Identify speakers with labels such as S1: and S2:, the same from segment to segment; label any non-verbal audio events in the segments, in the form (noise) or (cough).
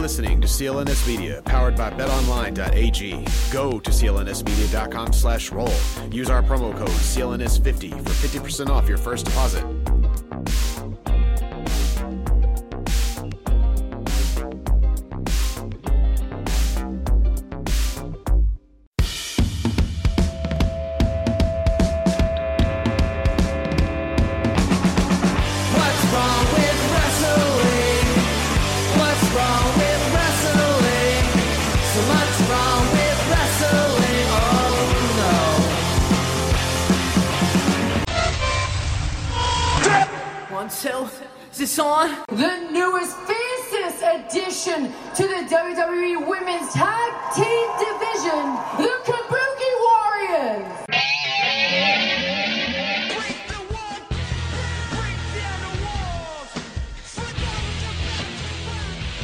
S1: listening to CLNS Media, powered by betonline.ag. Go to clnsmedia.com slash roll. Use our promo code CLNS50 for 50% off your first deposit.
S2: What's wrong with wrestling? What's wrong with wrestling? So much wrong with wrestling. Oh no.
S3: One, two, is this on? The newest fastest addition to the WWE Women's Tag Team Division, the Kabuki Warriors.
S4: Break the walls, break down the walls. Fight down the back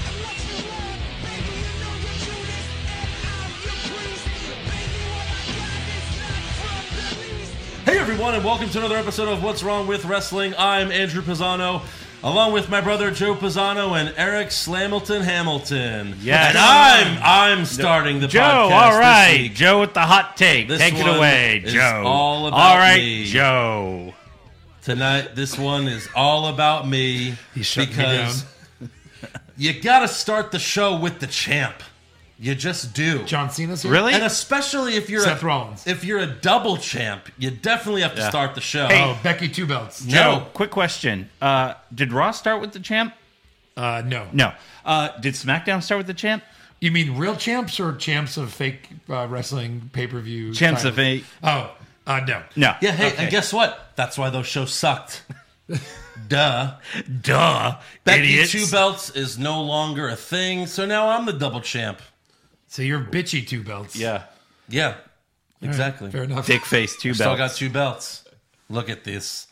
S4: and let you love, baby. You know your cuteness, and I'm your priest. Baby, what I got is not from the least.
S5: Hey everyone, and welcome to another episode of What's Wrong with Wrestling. I'm Andrew Pisano, along with my brother Joe Pisano and Eric Slamilton Hamilton.
S6: Yes.
S5: and I'm I'm starting the
S6: Joe,
S5: podcast.
S6: all
S5: this
S6: right.
S5: week.
S6: Joe with the hot take.
S5: This
S6: Take it
S5: one
S6: away,
S5: is
S6: Joe.
S5: all about
S6: all right,
S5: me.
S6: Joe.
S5: tonight. This one is all about me
S6: shut me
S5: because you got to start the show with the champ. You just do.
S7: John Cena's here?
S6: Really?
S5: And especially if you're
S7: Seth
S5: a,
S7: Rollins.
S5: if you're a double champ, you definitely have to
S6: Yeah.
S5: start the show.
S7: Oh, Becky Two Belts.
S6: Joe,
S5: No.
S6: quick question. Uh, did Raw start with the champ?
S7: Uh, no.
S6: No. Uh, did SmackDown start with the champ?
S7: You mean real champs or champs of fake uh, wrestling pay per view?
S6: Champs of eight.
S7: Oh, uh, no.
S6: No.
S5: Yeah, hey,
S6: Okay.
S5: and guess what? That's why those shows
S6: (laughs)
S5: sucked. Duh.
S6: Duh.
S5: Becky
S6: idiots.
S5: Two Belts is no longer a thing, so now I'm the double champ.
S7: So you're bitchy Two Belts.
S6: yeah.
S5: Yeah, exactly.
S7: Fair enough.
S6: Dick face, two
S5: Still
S6: belts.
S5: got two belts. Look at this.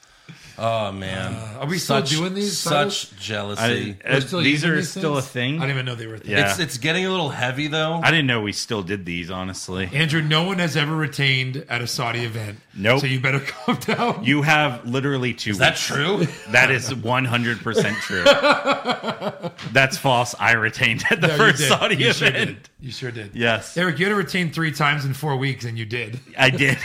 S5: Oh man,
S7: Are we still doing these? titles?
S5: Such jealousy.
S6: I-
S7: We're
S6: uh,
S7: still
S6: these
S7: using
S6: are
S7: these
S6: still a
S7: things?
S6: thing.
S7: I didn't even know they were. a thing.
S6: Yeah.
S5: it's it's getting a little heavy though.
S6: I didn't know we still did these, honestly.
S7: Andrew, no one has ever retained at a Saudi event.
S6: Nope.
S7: So you better (laughs) calm down.
S6: You have literally two.
S5: Is that
S6: weeks.
S5: true?
S6: That
S5: (laughs)
S6: is 100% true. That's false. I retained at the
S7: No, you
S6: first
S7: did.
S6: Saudi
S7: you
S6: event.
S7: Sure did. You sure did.
S6: Yes,
S7: Eric, you had to retain three times in four weeks, and you did.
S6: I did.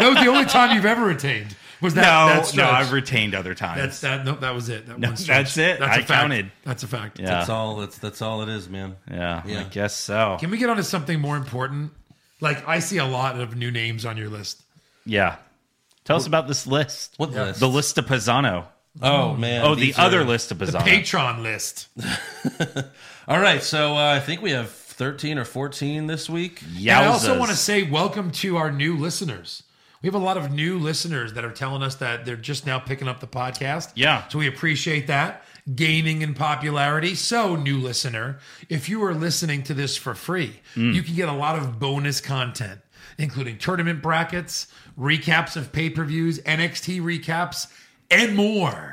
S7: That was the only time you've ever retained. Was that?
S6: no,
S7: that
S6: no,
S7: stretch.
S6: I've retained other times.
S7: That's that. No, that was it. That
S6: No,
S7: one stretch.
S6: that's it.
S7: That's a
S6: I
S7: fact.
S6: counted.
S7: That's a fact.
S6: yeah,
S5: that's all. That's that's all it is, man.
S6: yeah,
S5: Yeah.
S6: I guess so.
S7: Can we get on to something more important? Like I see a lot of new names on your list.
S6: Yeah, tell us about this list.
S5: What list?
S6: The list of Pisano.
S5: Oh man.
S6: Oh, the
S5: these
S6: other
S5: are-
S6: list of Pisano.
S7: Patron list.
S5: All right, so uh, I think we have thirteen or fourteen this week.
S7: And I also
S6: Yowzas.
S7: want to say welcome to our new listeners. We have a lot of new listeners that are telling us that they're just now picking up the podcast.
S6: Yeah.
S7: So we appreciate that. Gaining in popularity. So, new listener, if you are listening to this for free,
S6: Mm.
S7: you can get a lot of bonus content, including tournament brackets, recaps of pay per views, NXT recaps, and more.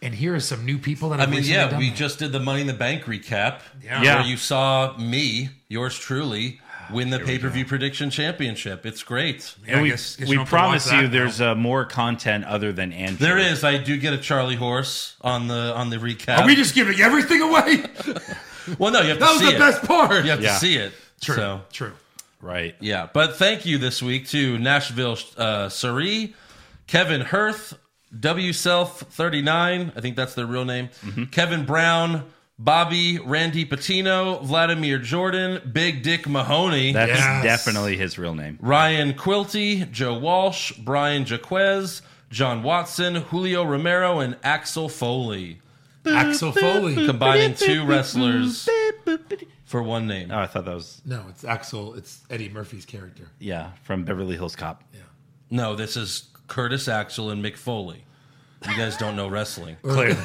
S7: And here are some new people that
S5: I
S7: have
S5: mean,
S7: recently
S5: yeah,
S7: done
S5: we
S7: that.
S5: just did the Money in the Bank recap.
S7: Yeah.
S6: Yeah.
S5: Where you saw me, yours truly, win the pay per view prediction championship. It's great.
S7: Yeah, I
S6: we,
S7: guess- guess
S6: we
S7: you don't have to
S6: promise
S7: watch that
S6: you,
S7: now.
S6: there's uh, more content other than Andrew.
S5: There is. I do get a Charlie horse on the on the recap.
S7: Are we just giving
S5: (laughs)
S7: everything away? That
S5: well, no, you have to
S7: was
S5: see
S7: the
S5: it.
S7: best part.
S5: You have
S6: Yeah.
S5: to see it.
S7: True.
S5: So
S7: True.
S6: right.
S5: yeah, but thank you this week to Nashville uh, Suri, Kevin Hirth, W Self thirty nine. I think that's their real name.
S7: Mm-hmm.
S5: Kevin Brown. Bobby, Randy Patino, Vladimir Jordan, Big Dick Mahoney.
S6: That's
S7: Yes.
S6: definitely his real name.
S5: Ryan Quilty, Joe Walsh, Brian Jaquez, John Watson, Julio Romero, and Axel Foley.
S7: Axel Foley.
S5: Combining two wrestlers for one name.
S6: Oh, I thought that was
S7: No, it's Axel. It's Eddie Murphy's character.
S6: yeah from Beverly Hills
S7: (laughs)
S6: Cop.
S5: No, this is Curtis Axel and Mick Foley. You guys don't know wrestling.
S6: Clearly.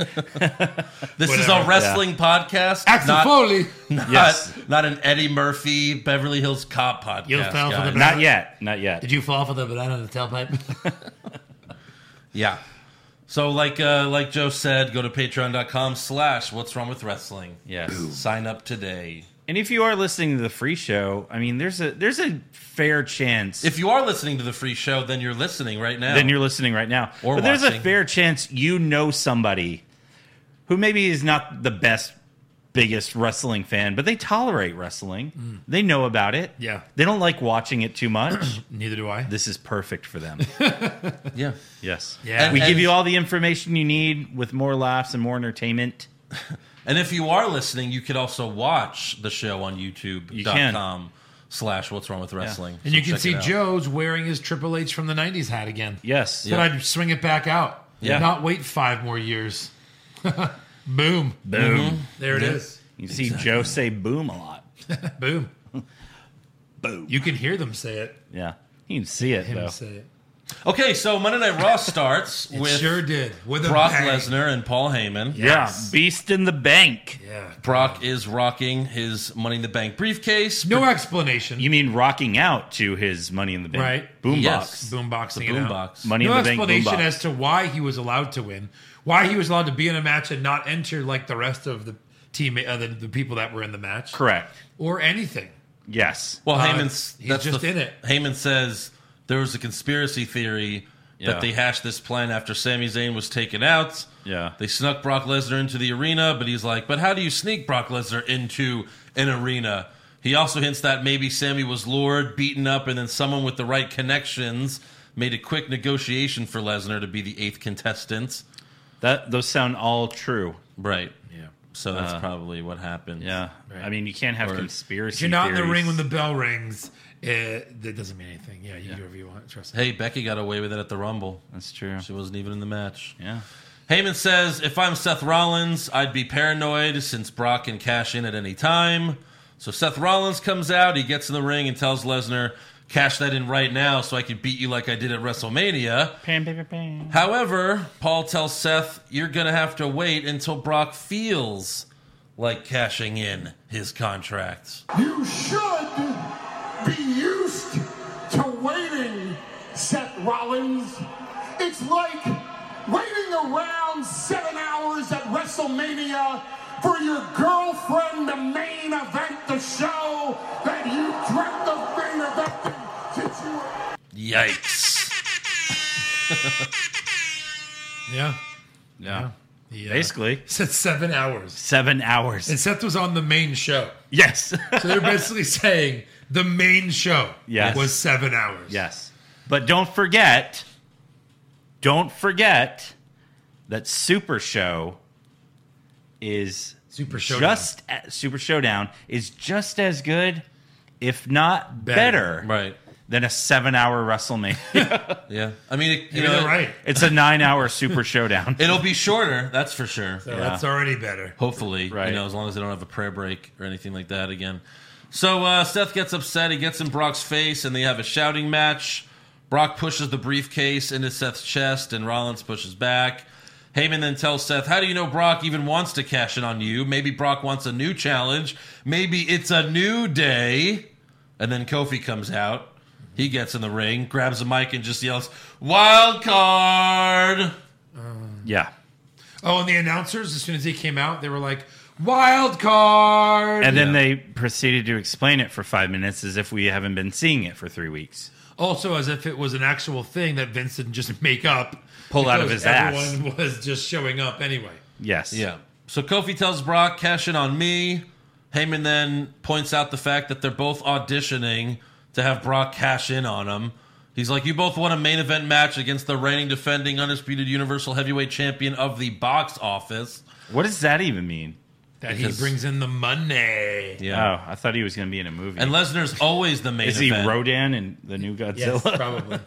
S5: This is a
S7: Whatever.
S5: wrestling podcast.
S7: (laughs) Axel
S5: not,
S7: Foley.
S5: not,
S6: Yes.
S5: not an Eddie Murphy, Beverly Hills Cop podcast.
S7: You fell for the
S5: guys.
S7: bra-
S6: Not yet. Not yet.
S7: Did you fall for the banana in the tailpipe? (laughs)
S5: Yeah. So like uh, like Joe said, go to patreon.com slash what's wrong with wrestling.
S6: Yes.
S5: Sign up today.
S6: And if you are listening to the free show, I mean, there's a there's a fair chance
S5: If you are listening to the free show, then you're listening right now.
S6: then you're listening right now,
S5: Or
S6: but there's a
S5: watching.
S6: fair chance you know somebody who maybe is not the best biggest wrestling fan, but they tolerate wrestling. They know about it.
S7: Mm. Yeah.
S6: They don't like watching it too
S7: (coughs)
S6: much.
S7: Neither do I.
S6: this is perfect for
S7: (laughs)
S6: them.
S5: Yeah.
S6: yes.
S7: Yeah.
S6: we
S5: And-
S6: give you all the information you need with more laughs and more entertainment.
S5: And if you are listening, you could also watch the show on
S6: can.
S5: YouTube.com slash What's Wrong with Wrestling.
S7: and
S5: So
S7: you can
S5: check
S7: see
S5: it out.
S7: Joe's wearing his Triple H from the 90s hat again.
S6: Yes.
S7: But I'd swing it back out.
S5: Yeah.
S7: Not wait five more years. (laughs) Boom. Mm-hmm.
S6: Boom.
S7: There it is.
S6: You see Joe say boom a lot.
S7: Boom.
S6: Boom.
S7: You can hear them say it.
S6: Yeah. You can see it
S7: Him
S6: though.
S7: say it.
S5: Okay, so Monday Night
S7: (laughs)
S5: Raw starts
S7: It
S5: with
S7: sure did. With a
S5: Brock
S7: bang.
S5: Lesnar and Paul Heyman.
S6: Yeah. Beast in the bank.
S7: Yeah.
S5: Brock is rocking his Money in the Bank briefcase.
S7: No explanation.
S6: You mean rocking out to his money in the bank?
S7: Right.
S6: Boombox.
S5: Yes. The
S7: boomboxing. it out.
S5: boombox.
S6: Money
S7: no
S6: in the bank.
S7: explanation
S6: boombox.
S7: as to why he was allowed to win, why he was allowed to be in a match and not enter like the rest of the team, uh, the, the people that were in the match,
S6: Correct.
S7: or anything.
S6: Yes.
S5: Well,
S7: Uh,
S5: Heyman's
S7: he's
S5: that's
S7: just
S5: the-
S7: in it.
S5: Heyman says there was a conspiracy theory
S6: Yeah.
S5: that they hashed this plan after Sami Zayn was taken out.
S6: Yeah.
S5: Uh, They snuck Brock Lesnar into the arena, but he's like, but how do you sneak Brock Lesnar into an arena? He also hints that maybe Sammy was lured, beaten up, and then someone with the right connections made a quick negotiation for Lesnar to be the eighth contestant.
S6: That those sound all true.
S5: Right. Yeah. So that's probably what happened.
S6: Uh, Yeah. I mean, you can't have
S5: Or-
S6: conspiracy.
S7: If you're not in the
S6: theories.
S7: ring when the bell rings, uh, that doesn't mean anything. Yeah, you can do whatever you want. Trust me.
S5: Hey, Becky got away with it at the Rumble.
S6: That's true.
S5: She wasn't even in the match.
S6: Yeah.
S5: Heyman says, if I'm Seth Rollins, I'd be paranoid since Brock can cash in at any time. So Seth Rollins comes out, he gets in the ring and tells Lesnar, cash that in right now so I can beat you like I did at WrestleMania.
S6: Pam, pam, pam, pam.
S5: However, Paul tells Seth, you're going to have to wait until Brock feels like cashing in his contract.
S8: You should be used to waiting, Seth Rollins. It's like waiting around seven hours at WrestleMania for your girlfriend to main event the show that you dreamt of main eventing since you were.
S5: Yikes.
S7: Yeah.
S6: Yeah.
S7: Yeah.
S6: Basically,
S7: It said seven hours.
S6: seven hours.
S7: And Seth was on the main show.
S6: (laughs) yes. (laughs)
S7: So they're basically (laughs) saying the main show
S6: Yes.
S7: was seven hours.
S6: yes. But don't forget, don't forget that Super Show is
S7: Super Showdown.
S6: just a- Super Showdown is just as good, if not better,
S5: right.
S6: than a seven-hour WrestleMania. (laughs)
S5: Yeah. I mean, it, you
S7: You're
S5: know,
S7: right.
S6: it's a nine-hour Super Showdown.
S5: it'll be shorter, that's for sure.
S7: So that's already better.
S5: Hopefully,
S6: Right.
S5: you know, as long as they don't have a prayer break or anything like that again. So uh, Seth gets upset. He gets in Brock's face, and they have a shouting match. Brock pushes the briefcase into Seth's chest, and Rollins pushes back. Heyman then tells Seth, "How do you know Brock even wants to cash in on you? Maybe Brock wants a new challenge. Maybe it's a new day." And then Kofi comes out. He gets in the ring, grabs a mic, and just yells, "Wild card!"
S6: yeah.
S7: Oh, and the announcers, as soon as he came out, they were like, wild card.
S6: And then they proceeded to explain it for five minutes as if we haven't been seeing it for three weeks.
S7: also, as if it was an actual thing that Vince didn't just make up.
S6: Pull out of
S7: because
S6: his ass.
S7: Everyone (laughs) was just showing up anyway.
S6: Yes.
S5: Yeah. So Kofi tells Brock, cash in on me. Heyman then points out the fact that they're both auditioning to have Brock cash in on him. He's like, you both won a main event match against the reigning, defending, undisputed Universal Heavyweight Champion of the box office.
S6: What does that even mean?
S7: That
S5: Because-
S7: he brings in the money.
S6: Oh, I thought he was going to be in a movie.
S5: And Lesnar's always the main
S6: Is he
S5: event.
S6: Rodan in the new (laughs)
S7: Yes,
S6: Godzilla?
S7: probably.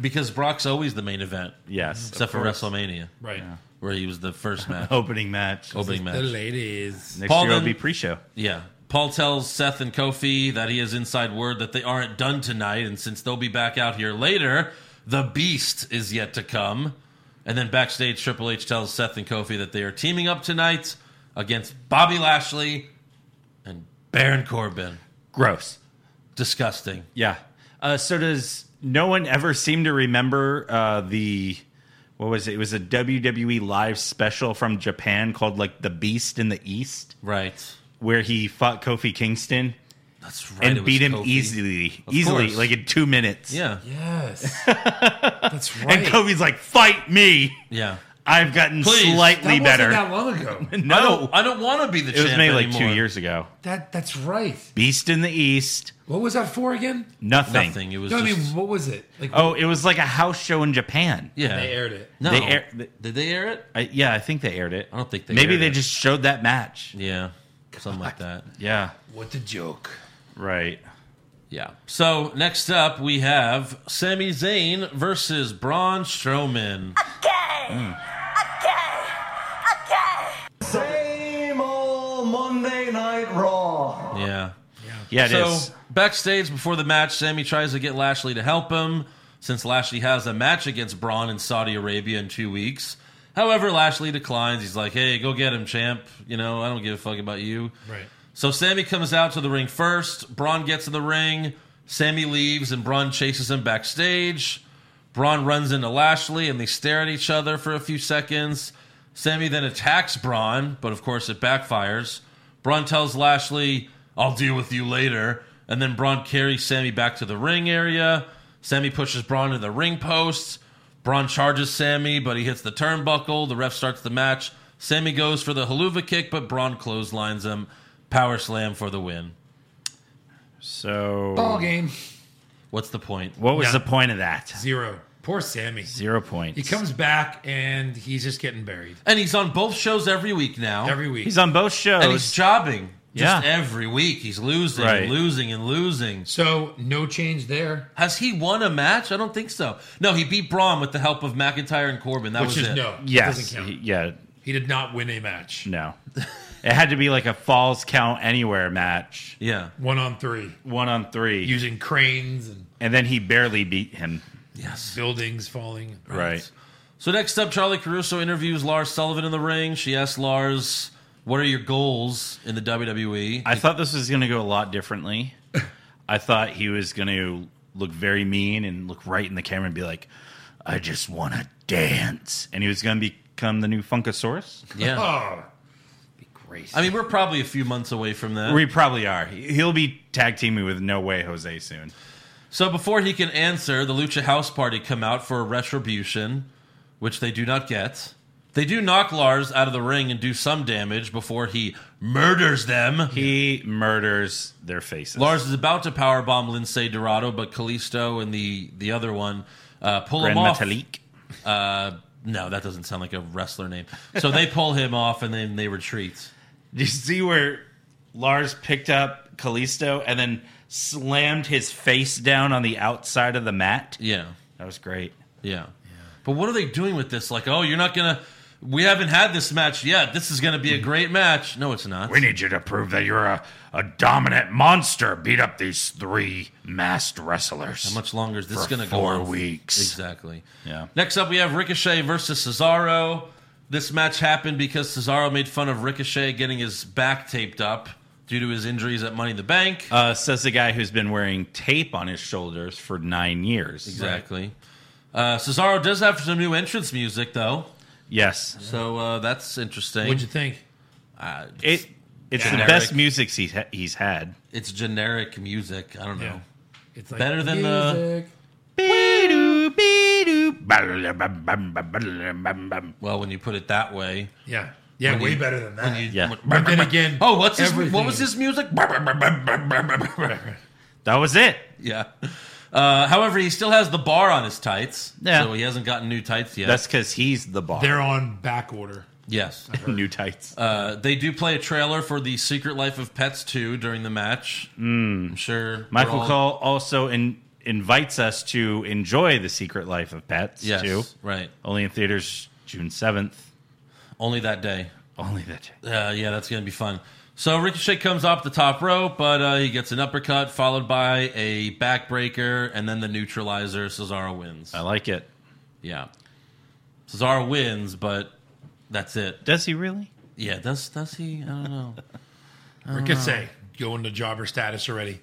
S5: because Brock's always the main event,
S6: yes.
S5: except for WrestleMania,
S7: Right.
S5: where he was the first match,
S6: Opening match.
S5: opening match.
S7: The ladies.
S6: Next
S5: Oh, Paul
S6: year will
S5: then-
S6: be pre-show.
S5: Yeah. Paul tells Seth and Kofi that he has inside word that they aren't done tonight, and since they'll be back out here later, the beast is yet to come. And then backstage, Triple H tells Seth and Kofi that they are teaming up tonight against Bobby Lashley and Baron Corbin.
S6: Gross.
S5: Disgusting.
S6: Yeah. Uh, so does no one ever seem to remember uh, the what was it? It was a WWE live special from Japan called like The Beast in the East,
S5: Right.
S6: where he fought Kofi Kingston.
S5: That's right. it
S6: and
S5: was
S6: beat him
S5: Kofi.
S6: easily,
S5: Of
S6: easily,
S5: course.
S6: like in two minutes.
S5: Yeah.
S6: (laughs)
S7: Yes. That's right.
S6: And Kobe's like, "Fight me!
S5: Yeah.
S6: I've gotten
S5: Please.
S6: slightly
S7: that
S6: better.
S7: wasn't that long ago.
S5: I
S6: (laughs) No,
S5: don't, I don't want to be the
S6: it was
S5: champ
S6: maybe like
S5: anymore.
S6: two years ago.
S7: That that's right.
S6: Beast in the East,
S7: What was that for again?
S6: nothing.
S5: Nothing. It was.
S7: No, I mean,
S5: just-
S7: what was it? Like
S6: Oh, it was like a house show in Japan.
S5: yeah.
S7: they aired it.
S5: No.
S6: They air- they-
S5: Did they air it?
S6: I, yeah, I think they aired it.
S5: I don't think they
S6: Maybe
S5: aired
S6: they
S5: it.
S6: just showed that match.
S5: Yeah. Something like that.
S6: Yeah,
S7: What a joke.
S6: right.
S5: Yeah. So next up, we have Sami Zayn versus Braun Strowman.
S9: Same old Monday Night Raw.
S5: Yeah.
S6: Yeah, it is.
S5: so backstage before the match, Sammy tries to get Lashley to help him since Lashley has a match against Braun in Saudi Arabia in two weeks. However, Lashley declines. He's like, "Hey, go get him, champ. You know, I don't give a fuck about you."
S7: Right.
S5: So Sammy comes out to the ring first. Braun gets in the ring. Sammy leaves, and Braun chases him backstage. Braun runs into Lashley, and they stare at each other for a few seconds. Sammy then attacks Braun, but of course it backfires. Braun tells Lashley, I'll deal with you later. And then Braun carries Sammy back to the ring area. Sammy pushes Braun to the ring post. Braun charges Sammy, but he hits the turnbuckle. The ref starts the match. Sammy goes for the haluva kick, but Braun clotheslines him. Power slam for the win.
S6: So,
S7: Ball game.
S5: What's the point?
S6: what was
S7: Yeah.
S6: the point of that?
S7: Zero. Poor Sammy.
S6: Zero points.
S7: He comes back and he's just getting buried
S5: And he's on both shows every week now.
S7: every week.
S6: He's on both shows.
S5: and he's jobbing. Just
S6: Yeah.
S5: every week. He's losing
S6: Right.
S5: and losing and losing.
S7: so no change there,
S5: Has he won a match? I don't think so. No, he beat Braun with the help of McIntyre and Corbin. That
S7: which
S5: was
S7: is
S5: it.
S7: no. That
S6: yes.
S7: doesn't count.
S6: he-
S7: He,
S6: yeah.
S7: did not win a match.
S6: No. it had to be like a falls count anywhere match,
S5: Yeah.
S7: One on three,
S6: one on three,
S7: using cranes and
S6: and then he barely beat him.
S5: Yes.
S7: buildings falling.
S6: Right.
S5: So next up, Charlie Caruso interviews Lars Sullivan in the ring. She asks Lars, "What are your goals in the E?" WWE?"
S6: I thought this was going to go a lot differently. I thought he was going to look very mean and look right in the camera and be like, "I just want to dance," and he was going to become the
S5: (laughs)
S6: new Funkasaurus.
S5: yeah.
S7: (laughs) Oh, be great.
S5: I mean, we're probably a few months away from that.
S6: We probably are. He'll be tag teaming with No Way Jose soon.
S5: So before he can answer, the Lucha House Party come out for a retribution, which they do not get. They do knock Lars out of the ring and do some damage before he murders them.
S6: He murders their faces.
S5: Lars is about to powerbomb Lindsay Dorado, but Kalisto and the the other one uh, pull
S6: Grand
S5: him off.
S6: Metalik.
S5: Uh, no, that doesn't sound like a wrestler name. So they pull him off and then they retreat.
S6: Did you see where Lars picked up Callisto and then slammed his face down on the outside of the mat?
S5: Yeah,
S6: That was great.
S5: yeah. But what are they doing with this? Like, oh, you're not gonna. We haven't had this match yet. This is gonna be a great match. No, it's not.
S6: need you to prove that you're a, a dominant monster. Beat up these three masked wrestlers.
S5: How much longer is this
S6: For
S5: going to go?
S6: four
S5: on?
S6: weeks.
S5: Exactly.
S6: Yeah.
S5: Next up, we have Ricochet versus Cesaro. This match happened because Cesaro made fun of Ricochet getting his back taped up due to his injuries at Money in the Bank.
S6: Uh, says the guy who's been wearing tape on his shoulders for nine years.
S5: exactly. Uh, Cesaro does have some new entrance music, though.
S6: Yes.
S5: So uh, that's interesting.
S7: What'd you think?
S5: uh,
S6: It, it's the
S5: Generic.
S6: best music he's, ha- he's had.
S5: it's generic music. I don't know.
S7: Yeah. It's like
S5: Better than the-
S7: music.
S5: Well, when you put it that way.
S7: yeah, yeah, way better than that.
S6: Yeah.
S7: but then again,
S5: Oh, what's his, what
S7: everything-
S5: was his music?
S6: That was it.
S5: Yeah. Uh, however, he still has the bar on his tights.
S6: Yeah.
S5: So he hasn't gotten new tights yet.
S6: That's because he's the boss.
S7: They're on back order.
S5: yes.
S6: (laughs) new tights.
S5: Uh, they do play a trailer for the Secret Life of Pets 2 during the match. I'm sure.
S6: Mm. Michael
S5: we're all-
S6: Cole also in, invites us to enjoy The Secret Life of Pets,
S5: Yes.
S6: too.
S5: Right.
S6: Only in theaters June 7th.
S5: Only that day.
S6: Only that day.
S5: Uh, yeah, that's going to be fun. So Ricochet comes off the top rope, but uh, he gets an uppercut followed by a backbreaker and then the neutralizer. Cesaro wins.
S6: I like it.
S5: Yeah. Cesaro wins, but that's it.
S6: Does he really?
S5: Yeah, does, does he? I don't know. Ah.
S7: Ricochet going to jobber status already.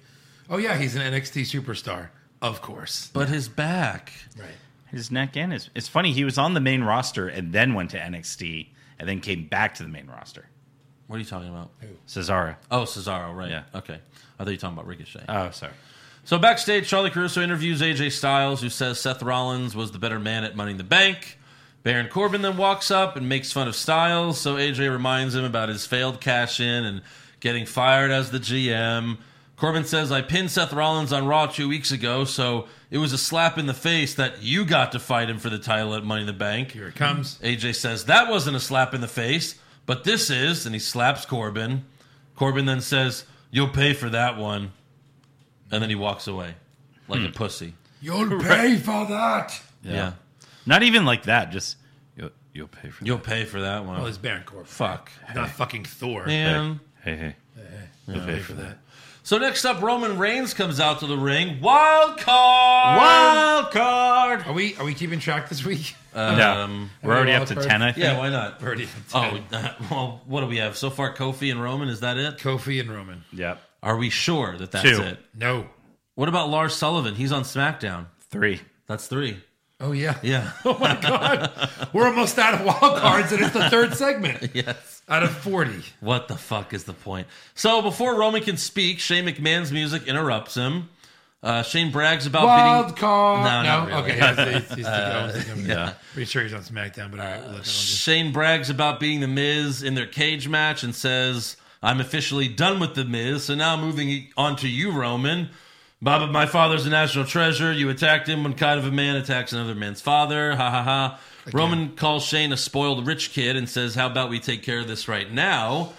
S7: Oh yeah, he's an NXT superstar, of course.
S5: But his back.
S7: Right.
S6: His neck and his. It's funny. He was on the main roster and then went to NXT and then came back to the main roster.
S5: What are you talking about?
S6: Cesaro.
S5: Oh, Cesaro, right.
S6: Yeah.
S5: Okay. I thought you were talking about Ricochet.
S6: Oh, sorry.
S5: so backstage, Charlie Caruso interviews AJ Styles, who says Seth Rollins was the better man at Money in the Bank. Baron Corbin then walks up and makes fun of Styles, so AJ reminds him about his failed cash in and getting fired as the GM. Corbin says, I pinned Seth Rollins on Raw two weeks ago, so it was a slap in the face that you got to fight him for the title at Money in the Bank.
S7: Here it comes.
S5: AJ says, That wasn't a slap in the face, but this is. And he slaps Corbin. Corbin then says, You'll pay for that one. And then he walks away like a pussy.
S7: (laughs) You'll pay for that.
S5: Yeah.
S6: Not even like that. Just you'll, you'll pay for.
S5: You'll pay for that one.
S7: Well, it's Oh, Baron Corbin.
S5: Fuck.
S7: Not fucking Thor.
S6: that.
S5: Man.
S6: Hey, hey, you'll pay for that.
S5: So next up, Roman Reigns comes out to the ring. Wild card.
S6: Wild
S5: Um,
S6: card.
S7: Are we are we keeping track this week? (laughs)
S6: no, we're already up to
S7: wild card.
S6: ten. I think.
S5: Yeah, why not?
S7: Already.
S5: Oh, (laughs) well, what do we have so far? Kofi and Roman. Is that it?
S7: Kofi and Roman.
S6: Yep.
S5: Are we sure that that's
S6: Two.
S5: it?
S7: No.
S5: What about Lars Sullivan? He's on SmackDown.
S6: Three.
S5: That's three.
S7: Oh yeah.
S5: Yeah.
S7: (laughs) Oh my
S5: (laughs)
S7: god. We're almost out of wild cards, and it's the third segment.
S5: yes.
S7: Out of forty.
S5: What the fuck is the point? So before Roman can speak, Shane McMahon's music interrupts him. Uh, Shane brags about beating.
S7: Wild card.
S5: No, not really. Uh,
S7: Okay. yeah, he's- he's- he's- I was thinking- Pretty sure he's on SmackDown, but all right. Look,
S5: Shane brags about beating The Miz in their cage match and says, I'm officially done with The Miz, so now moving on to you, Roman. Baba, my father's a national treasure. You attacked him when kind of a man attacks another man's father. Ha ha ha. Roman calls Shane a spoiled rich kid and says, How about we take care of this right now?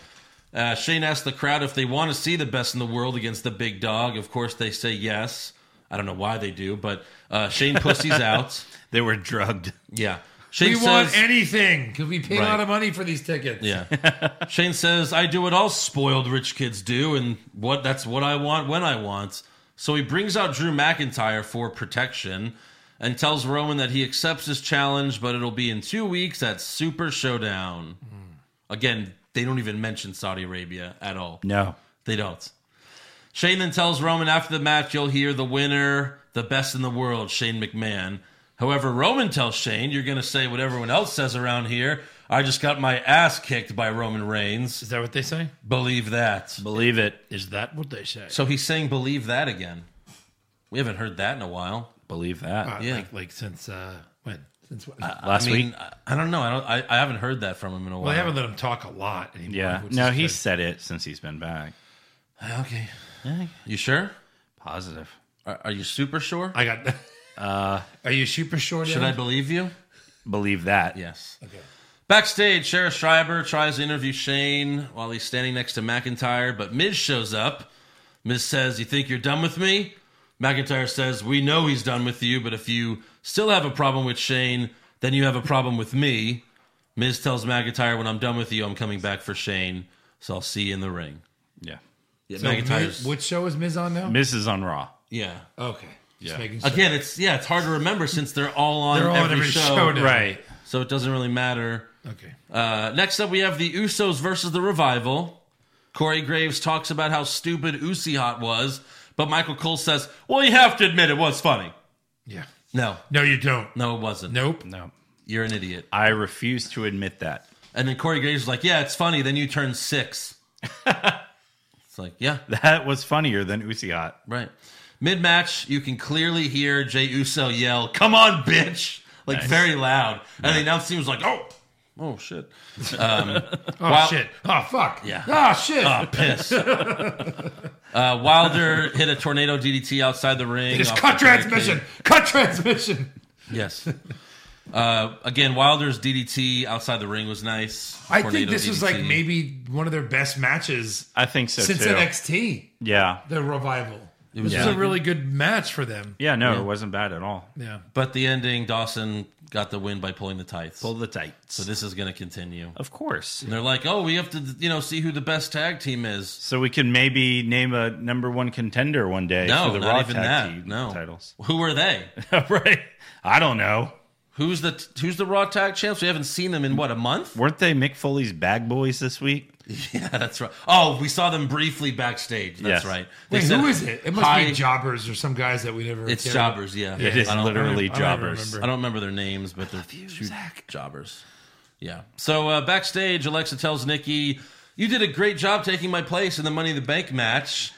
S5: Uh, Shane asks the crowd if they want to see the best in the world against the big dog. Of course, they say yes. I don't know why they do, but uh, Shane
S7: (laughs)
S5: pussies out.
S6: They were drugged.
S5: Yeah. Shane
S7: we want
S5: says-
S7: anything because we paid
S5: Right.
S7: a lot of money for these tickets.
S5: yeah. Shane says, I do what all spoiled rich kids do, and what that's what I want when I want. So he brings out Drew McIntyre for protection and tells Roman that he accepts his challenge, but it'll be in two weeks at Super Showdown. Again, they don't even mention Saudi Arabia at all.
S6: No.
S5: They don't. Shane then tells Roman after the match, you'll hear the winner, the best in the world, Shane McMahon. However, Roman tells Shane, you're going to say what everyone else says around here. I just got my ass kicked by Roman Reigns.
S7: Is that what they say?
S5: Believe that.
S6: Believe it.
S7: Is that what they say?
S5: So he's saying believe that again. We haven't heard that in a while.
S6: Believe that.
S7: Uh,
S5: yeah. Uh,
S7: Like, like since uh, when? Since when?
S5: I
S6: Last
S5: mean,
S6: week.
S5: I- I don't know. I don't. I, I haven't heard that from him in a
S7: well,
S5: while.
S7: they haven't let him talk a lot anymore.
S6: Yeah.
S7: which
S6: No,
S7: is
S6: he
S7: good.
S6: said it since he's been back.
S5: okay. You sure?
S6: Positive.
S5: Are, are you super sure?
S7: I got. (laughs) Are you super short?
S5: Uh, Should I believe you?
S6: Believe that.
S5: Yes.
S7: Okay.
S5: Backstage, Sheriff Schreiber tries to interview Shane while he's standing next to McIntyre, but Miz shows up. Miz says, You think you're done with me? McIntyre says, We know he's done with you, but if you still have a problem with Shane, then you have a problem with me. Miz tells McIntyre, When I'm done with you, I'm coming back for Shane, so I'll see you in the ring.
S6: Yeah.
S5: Yeah,
S7: So
S5: McIntyre's.
S7: Miz, what Oh, show is Miz on now?
S6: Miz is on Raw.
S5: yeah.
S7: Okay. Just
S6: Yeah.
S7: making sure.
S5: Again, it's yeah, it's hard to remember since they're all on,
S7: They're all on
S5: every,
S7: every
S5: show,
S7: show now.
S6: Right.
S5: so it doesn't really matter.
S7: Okay.
S5: Uh, next up, we have the Usos versus the Revival. Corey Graves talks about how stupid Usi Hot was, but Michael Cole says, "Well, you have to admit it was funny."
S7: Yeah.
S5: No,
S7: No, you don't.
S5: no, it wasn't.
S7: Nope.
S6: No.
S5: You're an idiot.
S6: I refuse to admit that. (laughs)
S5: And then Corey Graves is like, "Yeah, it's funny." Then you turn six. (laughs) it's like, yeah,
S6: That was funnier than Uzi Hot.
S5: right. Mid match, you can clearly hear Jay Uso yell, "Come on, bitch!" like very loud, and the announcer was like, "Oh, oh shit."
S7: Oh shit. Oh fuck.
S5: Yeah.
S7: Oh shit.
S5: Ah, piss. (laughs) uh, Wilder hit a tornado DDT outside the ring.
S7: Just
S5: off
S7: cut
S5: the barricade.
S7: transmission. Cut transmission.
S5: Yes. Uh, again, Wilder's DDT outside the ring was nice.
S7: I think
S5: Tornado
S7: this was
S5: DDT.
S7: like maybe one of their best matches
S6: I think so
S7: since
S6: too.
S7: NXT.
S6: yeah.
S7: The revival. It
S5: was
S7: was, this was a really good match for them.
S6: Yeah, no, it wasn't bad at all.
S7: Yeah.
S5: But the ending, Dawson got the win by pulling the tights.
S6: Pull the tights.
S5: so this is going to continue.
S6: of course.
S5: And they're like, oh, we have to, you know, see who the best tag team is.
S6: So we can maybe name a number one contender one day
S5: No,
S6: for the
S5: not
S6: Raw
S5: even
S6: tag
S5: that.
S6: team
S5: no
S6: (laughs) titles.
S5: Who are they?
S6: right. I don't know.
S5: Who's the Who's the Raw tag champs? We haven't seen them in what a month. (laughs)
S6: Weren't they Mick Foley's bag boys this week?
S5: Yeah, that's right. Oh, we saw them briefly backstage. That's
S6: Yes.
S5: right. They
S7: Wait,
S5: said,
S7: who is it? It must
S5: "Hi."
S7: be Jobbers or some guys that we never.
S5: It's
S7: cared about.
S5: jobbers, yeah.
S6: It is
S5: I don't-
S6: literally
S7: I don't remember.
S6: jobbers.
S5: I don't remember their names, but they're two jobbers. Yeah. So uh, backstage, Alexa tells Nikki, "You did a great job taking my place in the Money in the Bank match,
S6: Hmm.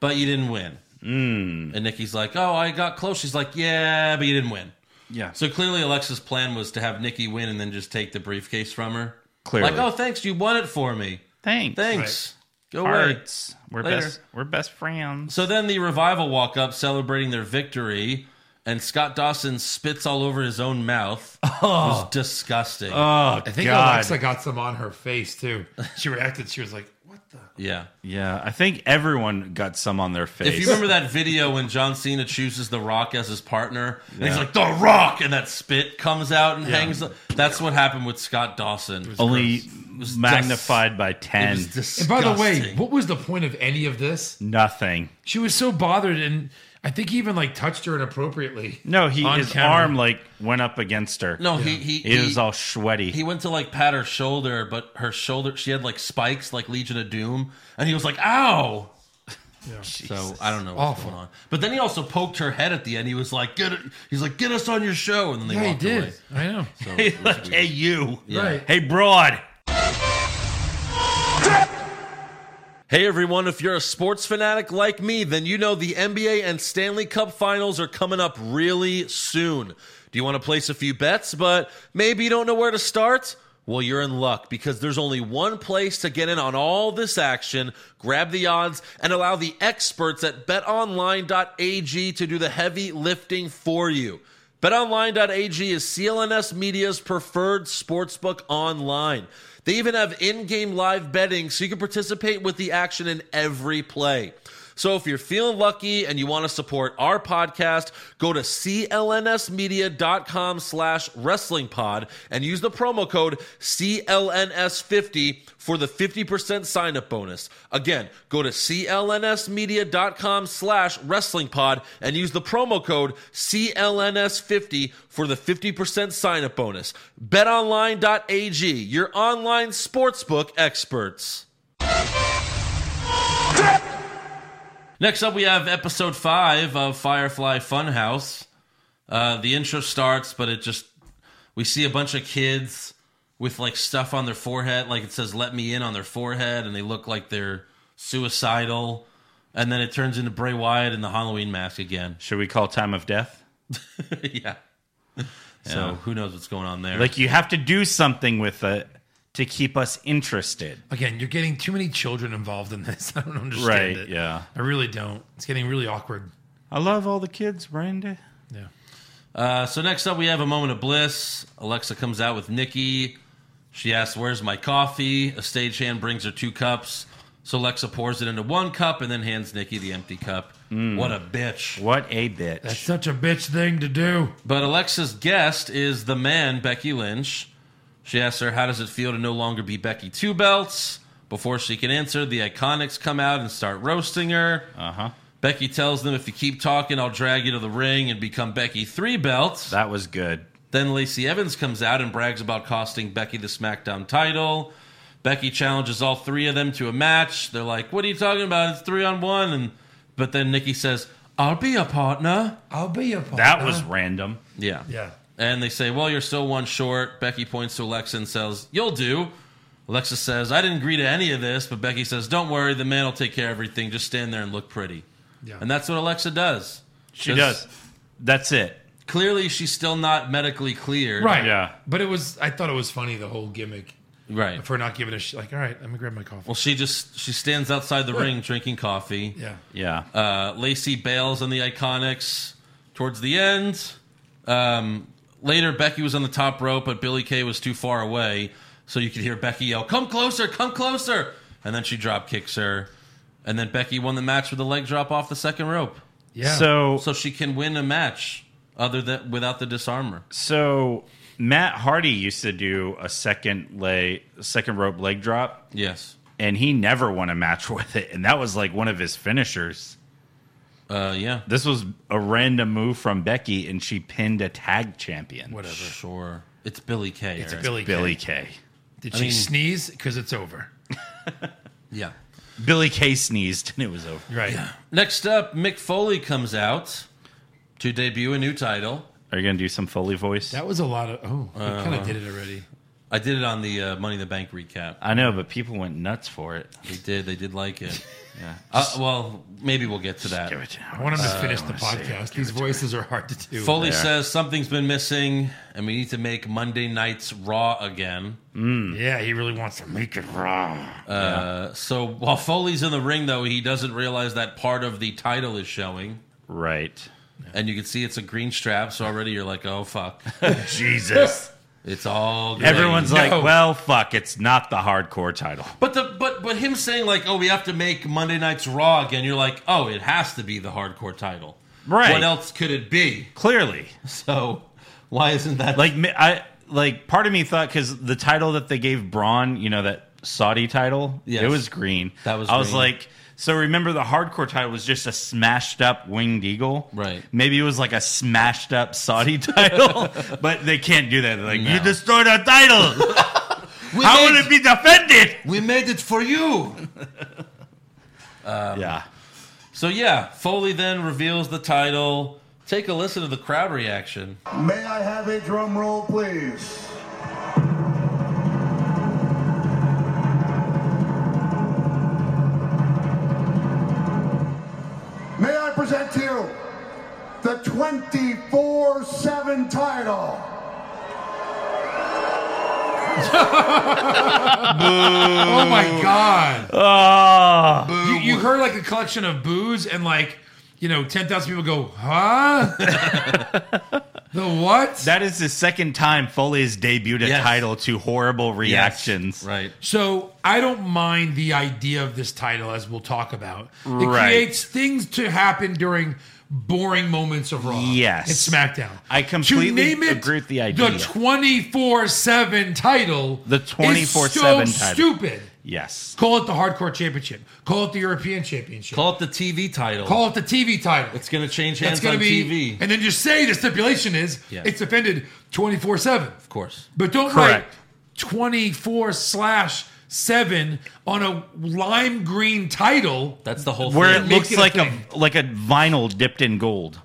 S5: but you didn't win." Mm. And Nikki's like, "Oh, I got close." She's like, "Yeah, but you didn't win."
S6: Yeah.
S5: So clearly, Alexa's plan was to have Nikki win and then just take the briefcase from her.
S6: Clearly.
S5: like, oh, thanks, you won it for me.
S6: Thanks.
S5: Thanks. Go away.
S6: Hearts. We're
S5: Later.
S6: best. We're best friends.
S5: So then the revival walk up, celebrating their victory, and Scott Dawson spits all over his own
S7: (laughs)
S5: mouth. Oh, it was disgusting.
S6: Oh
S7: I think
S6: God.
S7: Alexa got some on her face too. (laughs) She reacted. She was like, "What the?"
S5: yeah.
S6: yeah, I think everyone got some on their face.
S5: If you remember that video when John Cena chooses The Rock as his partner, and he's like, The Rock! And that spit comes out and hangs. That's what happened with Scott Dawson.
S6: only
S5: was
S6: magnified by
S5: It
S6: ten.
S5: was
S7: And by
S5: disgusting.
S7: the way, what was the point of any of this?
S6: Nothing.
S7: She was so bothered, and I think he even like touched her inappropriately.
S6: No, he
S7: On
S6: his
S7: camera.
S6: arm like went up against her.
S5: no, he, he,
S6: it
S5: he-
S6: was all sweaty.
S5: He went to like pat her shoulder, but her shoulder she had like spikes like Legion of Doom, and he was like, "Ow!" (laughs) So I don't know what's
S7: Awful.
S5: going on. But then he also poked her head at the end. He was like, "Get it!" He's like, "Get us on your show," and then they
S7: Yeah, he
S5: walked
S7: did.
S5: away.
S7: I know.
S5: So
S6: Hey,
S5: it
S6: (laughs)
S5: was
S6: look,
S5: weird.
S6: hey, you.
S7: Right.
S6: Hey, broad.
S5: Hey everyone, if you're a sports fanatic like me, then you know the NBA and Stanley Cup finals are coming up really soon. Do you want to place a few bets, but maybe you don't know where to start? Well, you're in luck because there's only one place to get in on all this action, grab the odds, and allow the experts at betonline.ag to do the heavy lifting for you. BetOnline.ag is CLNS Media's preferred sportsbook online. They even have in game live betting so you can participate with the action in every play. So if you're feeling lucky and you want to support our podcast, go to clnsmedia.com slash wrestling pod and use the promo code CLNS50 for the 50% sign up bonus. Again, go to clnsmedia.com slash wrestling pod and use the promo code CLNS50 for the 50% sign up bonus. BetOnline.ag, your online sportsbook experts. Next up, we have episode five of Firefly Funhouse. Uh, the intro starts, but it just we see a bunch of kids with like stuff on their forehead, like it says "Let me in" on their forehead, and they look like they're suicidal. And then it turns into Bray Wyatt in the Halloween mask again. (laughs)
S6: Should we call time of death?
S5: yeah. So who knows what's going on there?
S6: Like you have to do something with it to keep us interested.
S7: Again, you're getting too many children involved in this. (laughs) I don't understand
S6: Right,
S7: it.
S6: yeah.
S7: I really don't. It's getting really awkward.
S6: I love all the kids, Randy.
S7: Yeah.
S5: Uh, so next up, we have a moment of bliss. Alexa comes out with Nikki. She asks, "Where's my coffee?" A stagehand brings her two cups. So Alexa pours it into one cup and then hands Nikki the empty cup. What a bitch!
S6: What a bitch.
S7: That's such a bitch thing to do.
S5: But Alexa's guest is the man, Becky Lynch. She asks her, "How does it feel to no longer be Becky Two Belts?" Before she can answer, the Iconics come out and start roasting her.
S6: uh-huh.
S5: Becky tells them, "If you keep talking, I'll drag you to the ring and become Becky Three Belts."
S6: That was good.
S5: Then Lacey Evans comes out and brags about costing Becky the SmackDown title. Becky challenges all three of them to a match. They're like, "What are you talking about? It's three on one." And but then Nikki says, "I'll be a partner."
S7: I'll be a partner.
S6: That was random.
S5: Yeah.
S7: Yeah.
S5: And they say, "Well, you're still one short." Becky points to Alexa and says, "You'll do." Alexa says, "I didn't agree to any of this," but Becky says, "Don't worry, the man will take care of everything. Just stand there and look pretty."
S7: Yeah.
S5: And that's what Alexa does.
S6: She
S5: 'Cause
S6: does. That's it.
S5: Clearly, she's still not medically cleared.
S7: right.
S6: Yeah.
S7: But it was. I thought it was funny the whole gimmick
S5: Right.
S7: for not giving a sh- like. All right, let me grab my coffee.
S5: Well, she just she stands outside the ring drinking coffee.
S7: yeah.
S6: Yeah.
S5: Uh, Lacey bails on the Iconics towards the end. Um, later, Becky was on the top rope, but Billy Kay was too far away, so you could hear Becky yell, "Come closer! Come closer!" And then she drop kicks her, and then Becky won the match with a leg drop off the second rope,
S7: Yeah.
S6: So
S5: so she can win a match other than without the disarmer.
S6: so Matt Hardy used to do a second lay second rope leg drop
S5: Yes.
S6: and he never won a match (laughs) with it and that was like one of his finishers.
S5: Uh, yeah.
S6: This was a random move from Becky and she pinned a tag champion.
S7: whatever.
S5: Sure. It's Billy Kay.
S7: It's
S5: Eric.
S7: Billy.
S6: Billy
S7: Kay.
S6: Kay.
S7: Did
S5: I
S7: she
S5: mean-
S7: sneeze? Because it's over.
S5: Yeah.
S6: Billy Kay sneezed and it was over.
S7: Right.
S5: Next up, Mick Foley comes out to debut a new title.
S6: Are you going to do some Foley voice?
S7: That was a lot of. Oh, we kind of did it already.
S5: I did it on the uh, Money in the Bank recap.
S6: I know, but people went nuts for it.
S5: They did. They did like
S6: (laughs)
S5: it. yeah. Uh, well, maybe we'll get to that.
S6: Give it to
S7: I want him to finish the podcast. These voices are hard to do.
S5: Foley says something's been missing, and we need to make Monday nights Raw again.
S7: yeah, he really wants to make it raw.
S5: Uh, so while Foley's in the ring, though, he doesn't realize that part of the title is showing,
S6: Right.
S5: and you can see it's a green strap. So already you're like, oh fuck,
S6: Jesus.
S7: (laughs)
S5: it's
S6: (laughs)
S5: all. green.
S6: Everyone's like, well, fuck, it's not the hardcore title.
S5: But the but but him saying like, oh, we have to make Monday Night's Raw again. You're like, oh, it has to be the hardcore title.
S6: Right.
S5: What else could it be? (laughs)
S6: Clearly.
S5: So why isn't that
S6: Like, mi- I, like, part of me thought because the title that they gave Braun, you know, that Saudi title,
S5: Yes.
S6: it was green.
S5: That was
S6: I was
S5: green.
S6: like, so remember the hardcore title was just a smashed up winged eagle?
S5: Right.
S6: Maybe it was like a smashed up Saudi (laughs) title, but they can't do that. They're like,
S5: No.
S6: you destroyed our
S5: (laughs)
S6: title.
S5: we
S6: How
S5: made-
S6: will it be defended?
S5: We made it for you. Um,
S6: yeah.
S5: So yeah, Foley then reveals the title. Take a listen to the crowd reaction.
S9: May I have a drum roll, please?
S8: May I present to you the 24 7 title.
S7: Oh my god!
S6: Oh.
S7: You, you heard like a collection of boos and like you know ten thousand people go, huh? (laughs) the what?
S6: That is the second time Foley has debuted a
S5: Yes.
S6: title to horrible reactions.
S5: Right.
S7: So I don't mind the idea of this title, as we'll talk about. It
S6: Right.
S7: creates things to happen during boring moments of Raw.
S6: Yes.
S7: it's SmackDown.
S6: I completely
S7: to name it
S6: agree with the
S7: The
S6: idea.
S7: twenty four seven title.
S6: The
S7: is
S6: 24/7
S7: so
S6: title.
S7: Stupid.
S6: Yes.
S7: Call it the Hardcore Championship. Call it the European Championship.
S5: Call it the TV title.
S7: Call it the TV title.
S5: it's gonna change
S7: That's
S5: hands
S7: going
S5: on
S7: to be,
S5: TV.
S7: and then just say the stipulation is
S5: Yeah.
S7: it's defended twenty four seven.
S5: of course.
S7: But don't
S6: Correct.
S7: write 24 slash 7 on a lime green title.
S5: That's the whole
S6: Where it
S5: thing.
S7: Make
S6: looks
S7: it a
S6: like a,
S7: thing.
S6: like a vinyl dipped in gold.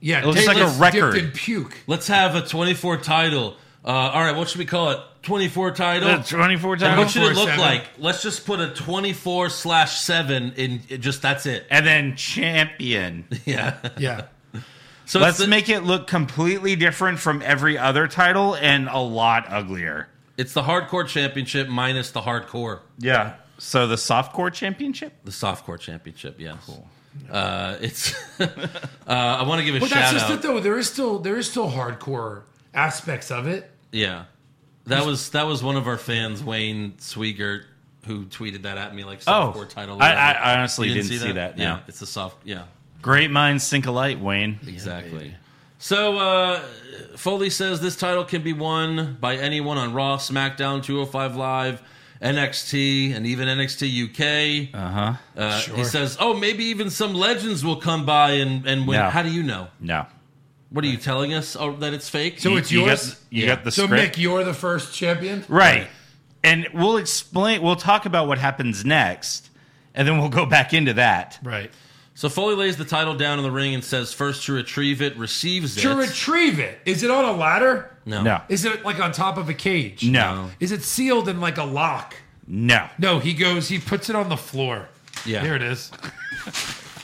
S7: Yeah,
S6: It looks like a
S7: tablets
S6: record.
S7: Dipped in
S6: (laughs)
S7: puke.
S5: Let's have a 24 title. Uh, all right, what should we call it? 24 title.
S6: four
S5: And what should it look
S7: 24/7.
S5: like? Let's just put a 24 slash 7 in it just that's it.
S6: And then champion.
S5: Yeah.
S7: Yeah.
S5: So it's
S6: Let's
S5: the,
S6: make it look completely different from every other title and a lot uglier.
S5: it's the hardcore championship minus the hardcore.
S6: Yeah. So the softcore championship?
S5: The softcore championship, yes. Uh, it's. (laughs) uh, I want to give a
S7: But
S5: shout
S7: that's just
S5: out.
S7: it, though. There is still there is still hardcore aspects of it.
S5: Yeah, that was that was one of our fans, Wayne Swigert, who tweeted that at me like
S6: Oh.
S5: softcore title.
S6: I- I
S5: whatever.
S6: honestly
S5: You
S6: didn't see that,
S5: Yeah,
S6: no.
S5: it's a soft. Yeah,
S6: Great minds think alike, Wayne.
S5: exactly. so uh, Foley says this title can be won by anyone on Raw, SmackDown, 205 Live. NXT and even NXT UK. Uh-huh. He says, "Oh, maybe even some legends will come by and and win."
S6: No.
S5: How do you know?
S6: No.
S5: What are you telling us? Oh, that it's fake.
S7: So it's
S6: you
S7: yours.
S6: Got, you got the
S7: so
S6: script.
S7: Mick, you're the first champion.
S6: Right. And we'll explain, we'll talk about what happens next, and then we'll go back into that.
S7: Right.
S5: So Foley lays the title down in the ring and says, first to retrieve it, receives
S7: To
S5: it.
S7: retrieve it, is it on a ladder?
S5: no.
S6: No.
S7: Is it like on top of a cage?
S6: No.
S7: Is it sealed in like a lock?
S6: No.
S7: No, he goes. He puts it on the floor.
S5: Yeah.
S7: There it is.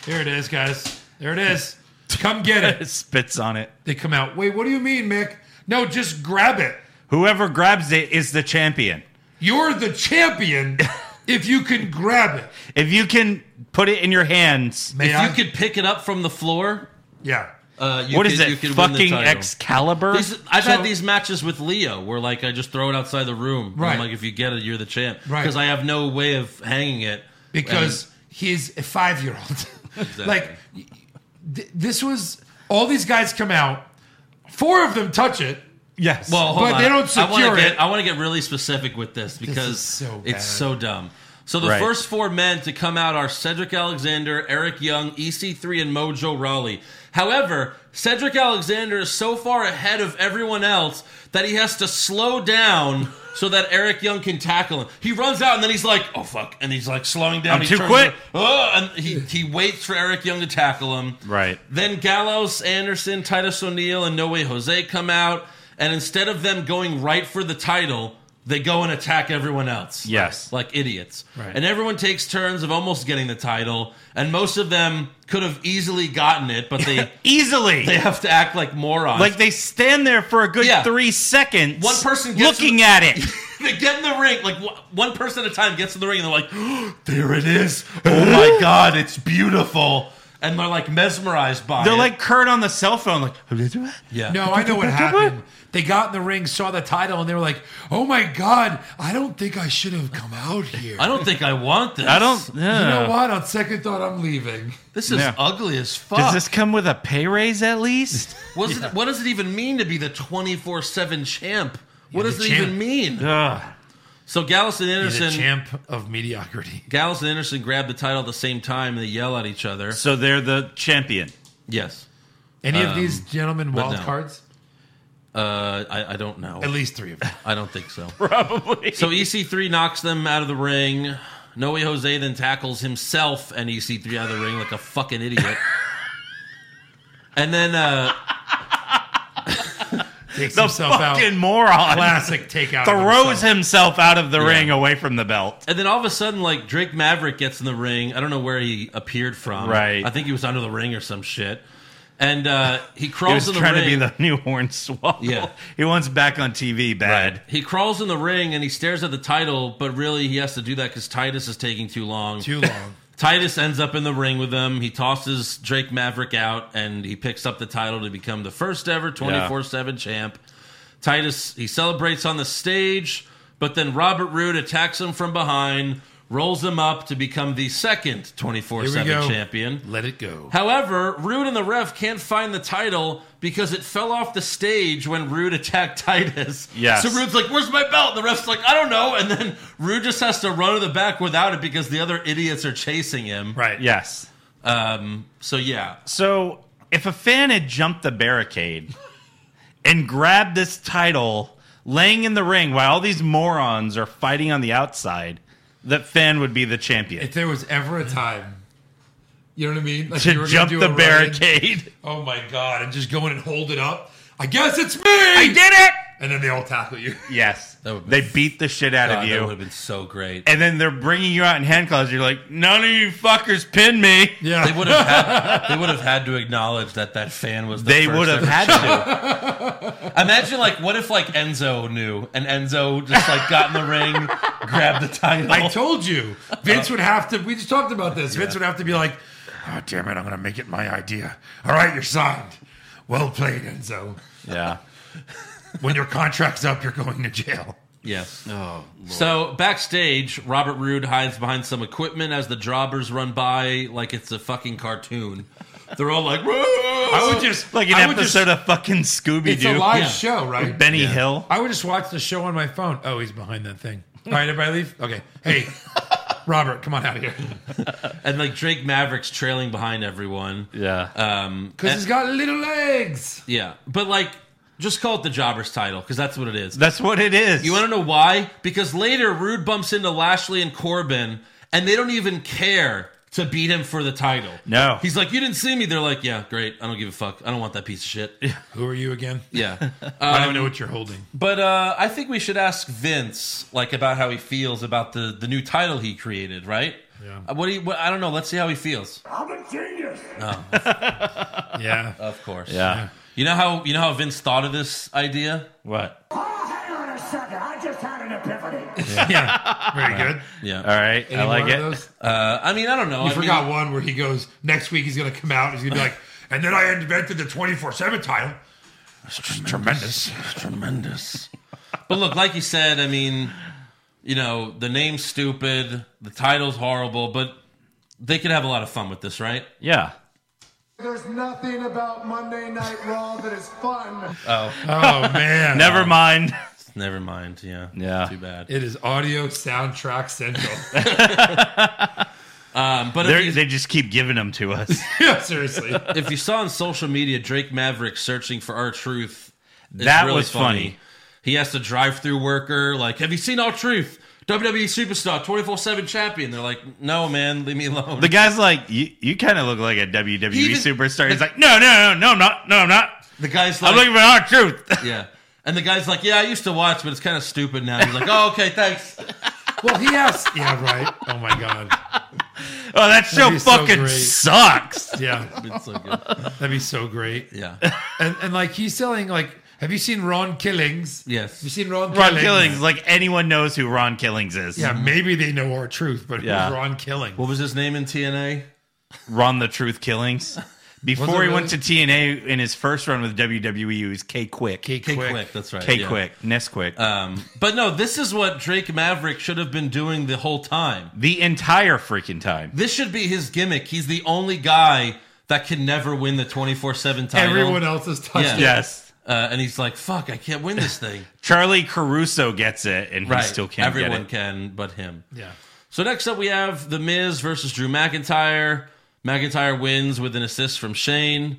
S7: There it is, guys. There it is. Come get
S6: It (laughs) (laughs)
S7: it.
S6: spits on it.
S7: They come out. Wait, what do you mean, Mick? No, just grab it.
S6: Whoever grabs it is the champion.
S7: You're the champion if you can grab it.
S6: If you can put it in your hands,
S7: May
S5: If
S7: I?
S5: you could pick it up from the floor,
S7: yeah.
S5: uh, you
S6: what
S5: could,
S6: is
S5: You
S6: it?
S5: could win
S6: Fucking
S5: the title.
S6: Excalibur?
S5: These- I've had
S7: So-
S5: these matches with Leo where like I just throw it outside the room. And
S7: Right.
S5: I'm like if you get it, you're the champ.
S7: Right.
S5: Because I have no way of hanging it.
S7: Because he's a five year old. (laughs) Like, th- this was all these guys come out, four of them touch it.
S6: yes.
S5: Well, hold
S7: But
S5: on.
S7: they don't
S5: I wanna
S7: secure
S5: get-
S7: it.
S5: I want to get really specific with this because
S7: is so bad.
S5: it's so dumb. So the
S6: Right.
S5: first four men to come out are Cedric Alexander, Eric Young, EC3, and Mojo Raleigh. However, Cedric Alexander is so far ahead of everyone else that he has to slow down so that Eric Young can tackle him. He runs out and then he's like, "Oh fuck!" and he's like slowing down.
S6: I'm
S5: He
S6: too
S5: turns
S6: quick.
S5: around, "Oh," and he he waits for Eric Young to tackle him.
S6: Right.
S5: Then Gallows, Anderson, Titus O'Neil, and No Way Jose come out, and instead of them going right for the title, they go and attack everyone else.
S6: Yes.
S5: Like, like idiots.
S7: Right.
S5: And everyone takes turns of almost getting the title, and most of them could have easily gotten it, but they
S6: (laughs) Easily.
S5: they have to act like morons.
S6: like they stand there for a good
S5: Yeah.
S6: three seconds.
S5: One person gets
S6: looking
S5: to- (laughs)
S6: at it.
S5: they get in the ring, like wh- one person at a time gets in the ring, and they're like, (gasps) "There it is!
S6: oh (laughs) my god, it's
S5: Beautiful!" And they're like mesmerized by.
S6: They're
S5: it.
S6: like Kurt on the cell phone, like
S5: "Yeah,
S7: No, I know what happened. They got in the ring, saw the title, and they were like, "Oh my god, I don't think I should have come out here."
S5: I don't think I want this.
S6: I don't
S7: You know
S6: yeah.
S7: what? On second thought, I'm leaving.
S5: This is
S6: Yeah.
S5: ugly as fuck.
S6: Does this come with a pay raise at least?
S5: (laughs) What does it- what does it even mean to be the twenty four seven champ? What
S7: Yeah,
S5: does
S7: the
S5: it
S7: champ.
S5: even mean?
S6: Ugh.
S5: So Gallus and
S7: He's a
S5: Anderson,
S7: champ of mediocrity.
S5: Gallus and Anderson grab the title at the same time and they yell at each other.
S6: So they're the champion.
S5: Yes.
S7: Any
S6: Um,
S7: of these gentlemen
S5: but
S7: wild
S5: no.
S7: cards?
S5: Uh, I, I don't know.
S7: At least
S6: (laughs)
S7: three of them.
S5: I don't think so.
S6: Probably.
S5: So EC3 knocks them out of the ring. Noe Jose then tackles himself and EC3 out of the ring like a fucking
S6: (laughs)
S5: idiot. And then uh,
S7: Takes
S6: the
S7: himself out.
S6: fucking moron.
S7: Classic takeout. of
S6: Throws
S7: himself.
S6: himself out of the ring away from the belt.
S5: and then all of a sudden, like Drake Maverick gets in the ring. I don't know where he appeared from.
S6: Right.
S5: I think he was under the ring or some shit. And uh, he
S6: He
S5: crawls
S6: was
S5: in the
S6: trying
S5: ring.
S6: to be the (laughs) new hornswoggle.
S5: Yeah.
S6: He wants back on TV bad.
S5: He crawls in the ring and he stares at the title, but really he has to do that because Titus is taking too long.
S7: Too long.
S5: Titus ends up in the ring with him. He tosses Drake Maverick out and he picks up the title to become the first ever 24 7 champ. Titus, he celebrates on the stage, but then Robert Roode attacks him from behind, rolls him up to become the second 24
S7: Here
S5: 7
S7: we go.
S5: champion.
S7: Let it go.
S5: However, Rude and the ref can't find the title because it fell off the stage when Rude attacked (laughs) Titus.
S6: Yes.
S5: So Rude's like, "Where's my belt?" And the ref's like, "I don't know." And then Rude just has to run to the back without it because the other idiots are chasing him.
S7: Right.
S6: Yes.
S5: Um. So yeah,
S6: So if a fan had jumped the barricade and grabbed this title laying in the ring while all these morons are fighting on the outside, that fan would be the champion.
S7: If there was ever a time, you know what I mean? Like you
S6: to
S7: were gonna
S6: jump
S7: do
S6: the
S7: a
S5: (laughs)
S7: run-in.
S6: barricade.
S7: Oh my god! And just go in and hold it up. I guess it's me.
S6: I did it!
S7: And then they all tackle you.
S6: Yes.
S5: That would've
S6: They
S5: been-
S6: beat the shit out
S5: God,
S6: of
S5: that would
S6: you.
S5: have been so great.
S6: And then they're bringing you out in handcuffs. You're like, none of you fuckers pinned me.
S7: Yeah.
S5: They would have had. They would have had to acknowledge that that fan was. The
S6: They
S5: first
S6: would have
S5: ever-
S6: had
S5: (laughs)
S6: to.
S5: Imagine like, what if like Enzo knew and Enzo just like got in the ring, grabbed the title.
S6: (laughs)
S7: I told you,
S6: Uh,
S7: Vince would have to. We just talked about this. Vince would have to be like, "Oh damn it, I'm gonna make it my idea." All right, you're signed. Well played, Enzo.
S6: yeah.
S7: When your contract's up, you're going to jail.
S5: Yes. Oh. So backstage, Robert Roode hides behind some equipment as the jobbers run by like it's a fucking cartoon. They're all like,
S7: I
S5: "Whoa!"
S7: would just
S6: Like an
S7: I would
S6: episode
S7: Just,
S6: of fucking Scooby
S7: it's a
S6: Doo.
S7: live
S5: Yeah.
S7: show, right?
S6: Benny Hill.
S7: I would just watch the show on my phone. Oh, he's behind that thing. All right, everybody leave. Okay,
S6: (laughs)
S7: hey, Robert, come on out of here
S6: Uh,
S5: and like Drake Maverick's trailing behind everyone.
S6: Yeah.
S7: Uh,
S5: Um,
S7: because he's got little legs.
S5: yeah, but like, just call it the jobbers title because that's what it is.
S6: That's what it is.
S5: You want to know why? Because later Rude bumps into Lashley and Corbin, and they don't even care to beat him for the title.
S6: No.
S5: He's like, "You didn't see me." They're like, "Yeah, great. I don't give a fuck. I don't want that piece of shit."
S7: Who are you again?
S5: Yeah.
S6: Um,
S7: I don't even know what you're holding.
S5: But uh, I think we should ask Vince, like, about how he feels about the, the new title he created, right?
S7: Yeah.
S5: Uh, What do you? What, I don't know. Let's see how he feels.
S6: (laughs)
S7: Yeah,
S5: Of course.
S6: yeah.
S5: You know how you know how Vince thought of this idea?
S6: What?
S7: yeah, very good.
S5: Yeah.
S6: All right.
S7: Any
S6: I like
S7: one of
S6: it.
S7: those?
S5: Uh, I mean, I don't know.
S7: You
S5: I
S7: forgot
S5: Mean,
S7: one where he goes, next week he's going to come out. He's going to be like, and then I invented the 24 7 title. It's
S6: (laughs)
S7: tremendous.
S5: tremendous. but look, like you said, I mean, you know, the name's stupid, the title's horrible, but they could have a lot of fun with this, right?
S6: Yeah.
S9: There's nothing about Monday Night Raw that is fun.
S7: Oh, man.
S6: Never mind.
S5: Never mind. Yeah.
S6: Yeah.
S5: Too bad.
S7: It is audio soundtrack (laughs) central.
S5: Um, but if
S6: They're,
S5: you-
S6: they just keep giving them to us. (laughs)
S7: yeah, seriously.
S5: if you saw on social media Drake Maverick searching for our truth, it's
S6: That
S5: really
S6: was funny.
S5: He has to drive through worker. Like, have you seen our truth? WWE superstar, twenty four seven champion. They're like, no, man, leave me alone.
S6: The guy's like, you, you kind of look like a E WWE
S5: He even-
S6: superstar. He's like, no, no, no, no, I'm not. No, I'm not.
S5: The guy's
S6: I'm
S5: like,
S6: looking for our truth. (laughs)
S5: yeah. And the guy's like, "Yeah, I used to watch, but it's kind of stupid now." He's like, "Oh, okay, thanks."
S7: Well, he asked. Yeah, right. Oh my god.
S6: Oh, that show
S7: be so
S6: fucking
S7: great. (laughs)
S6: sucks.
S7: Yeah,
S5: It's so good.
S7: that'd be so great.
S6: (laughs)
S5: Yeah.
S7: And and like he's selling like, have you seen Ron Killings?
S5: Yes.
S7: Have you seen Ron,
S6: Ron
S7: Killings?
S6: Killings, like anyone knows who Ron Killings is.
S7: Yeah, maybe they know our truth, but
S6: Yeah.
S7: who's Ron Killings?
S5: What was his name in TNA?
S6: Ron the Truth
S7: (laughs)
S6: Killings. Before he
S7: Was it
S6: went to TNA in his first run with WWE, he was K Quick. K
S5: K
S7: Quick.
S5: Quick. That's right. yeah.
S6: Quick, Nesquick.
S5: Um, but no, this is what Drake Maverick should have been doing the whole time.
S6: the entire freaking time.
S5: This should be his gimmick. He's the only guy that can never win the twenty four seven title.
S7: Everyone else is touched.
S5: Yeah.
S7: it.
S6: Yes.
S5: Uh, and he's like, "Fuck, I can't win this thing."
S6: Charlie Caruso gets it, and
S5: right.
S6: (laughs) he still can't
S5: Everyone
S6: get it.
S5: can, but him.
S7: yeah.
S5: So next up, we have The Miz versus Drew McIntyre. McIntyre wins with an assist from Shane.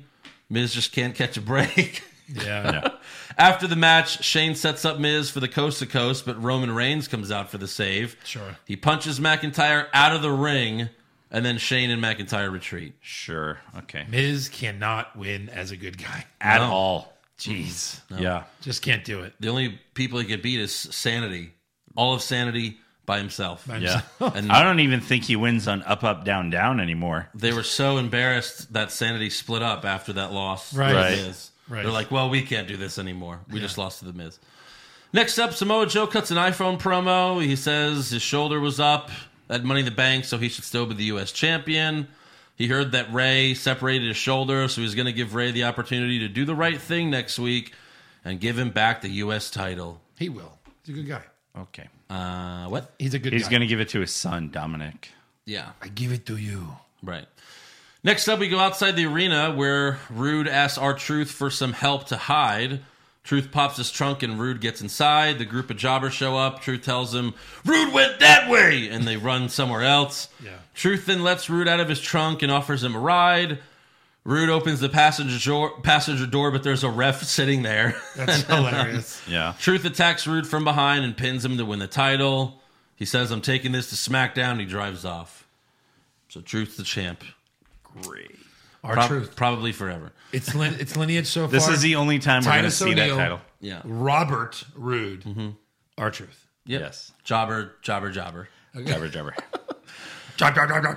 S5: Miz just can't catch a break. (laughs)
S7: Yeah.
S5: After the match, Shane sets up Miz for the coast to coast, but Roman Reigns comes out for the save.
S7: Sure.
S5: He punches McIntyre out of the ring, and then Shane and McIntyre retreat.
S6: Sure. Okay.
S7: Miz cannot win as a good guy.
S6: At
S5: No.
S6: all. Jeez. Yeah.
S7: Just can't do it.
S5: The only people he could beat is Sanity. All of Sanity by himself.
S6: Yeah.
S5: (laughs) And
S6: I don't even think he wins on up, up, down, down anymore.
S5: they were so embarrassed that Sanity split up after that loss.
S7: Right.
S5: to The
S6: Right.
S5: Miz.
S7: Right.
S5: They're like, well, we can't do this anymore. We just lost to The Miz. Next up, Samoa Joe cuts an iPhone promo. He says his shoulder was up at Money in the Bank, so he should still be the U.S. champion. He heard that Ray separated his shoulder, so he's going to give Ray the opportunity to do the right thing next week and give him back the U.S. title.
S7: He will. He's a good guy.
S6: Okay.
S5: Uh, what?
S7: He's a good
S6: He's
S7: guy.
S6: going to give it to his son, Dominic.
S5: Yeah.
S7: I give it to you.
S5: Right. Next up, we go outside the arena where Rude asks our Truth for some help to hide. Truth pops his trunk and Rude gets inside. The group of jobbers show up. Truth tells him, Rude went that way! And they run somewhere else.
S7: Yeah.
S5: Truth then lets Rude out of his trunk and offers him a ride. Rude opens the passenger door, passenger door but there's a ref (laughs) sitting there.
S7: (laughs) That's hilarious.
S6: Yeah.
S5: Truth attacks Rude from behind and pins him to win the title. He says, I'm taking this to SmackDown. He drives off. So Truth's the champ.
S6: Great.
S7: Our
S5: Prob-
S7: truth.
S5: Probably forever.
S7: It's lin- it's lineage so far.
S6: This is the only time we're going to
S7: Titus
S6: see that
S7: O'Neil.
S6: title.
S5: Yeah.
S7: Robert Rude.
S6: Mm-hmm.
S7: Our truth.
S5: Yep.
S6: Yes.
S5: Jobber, jobber, jobber. (laughs)
S6: Jabber, jabber.
S7: Dot, dot, dot, dot,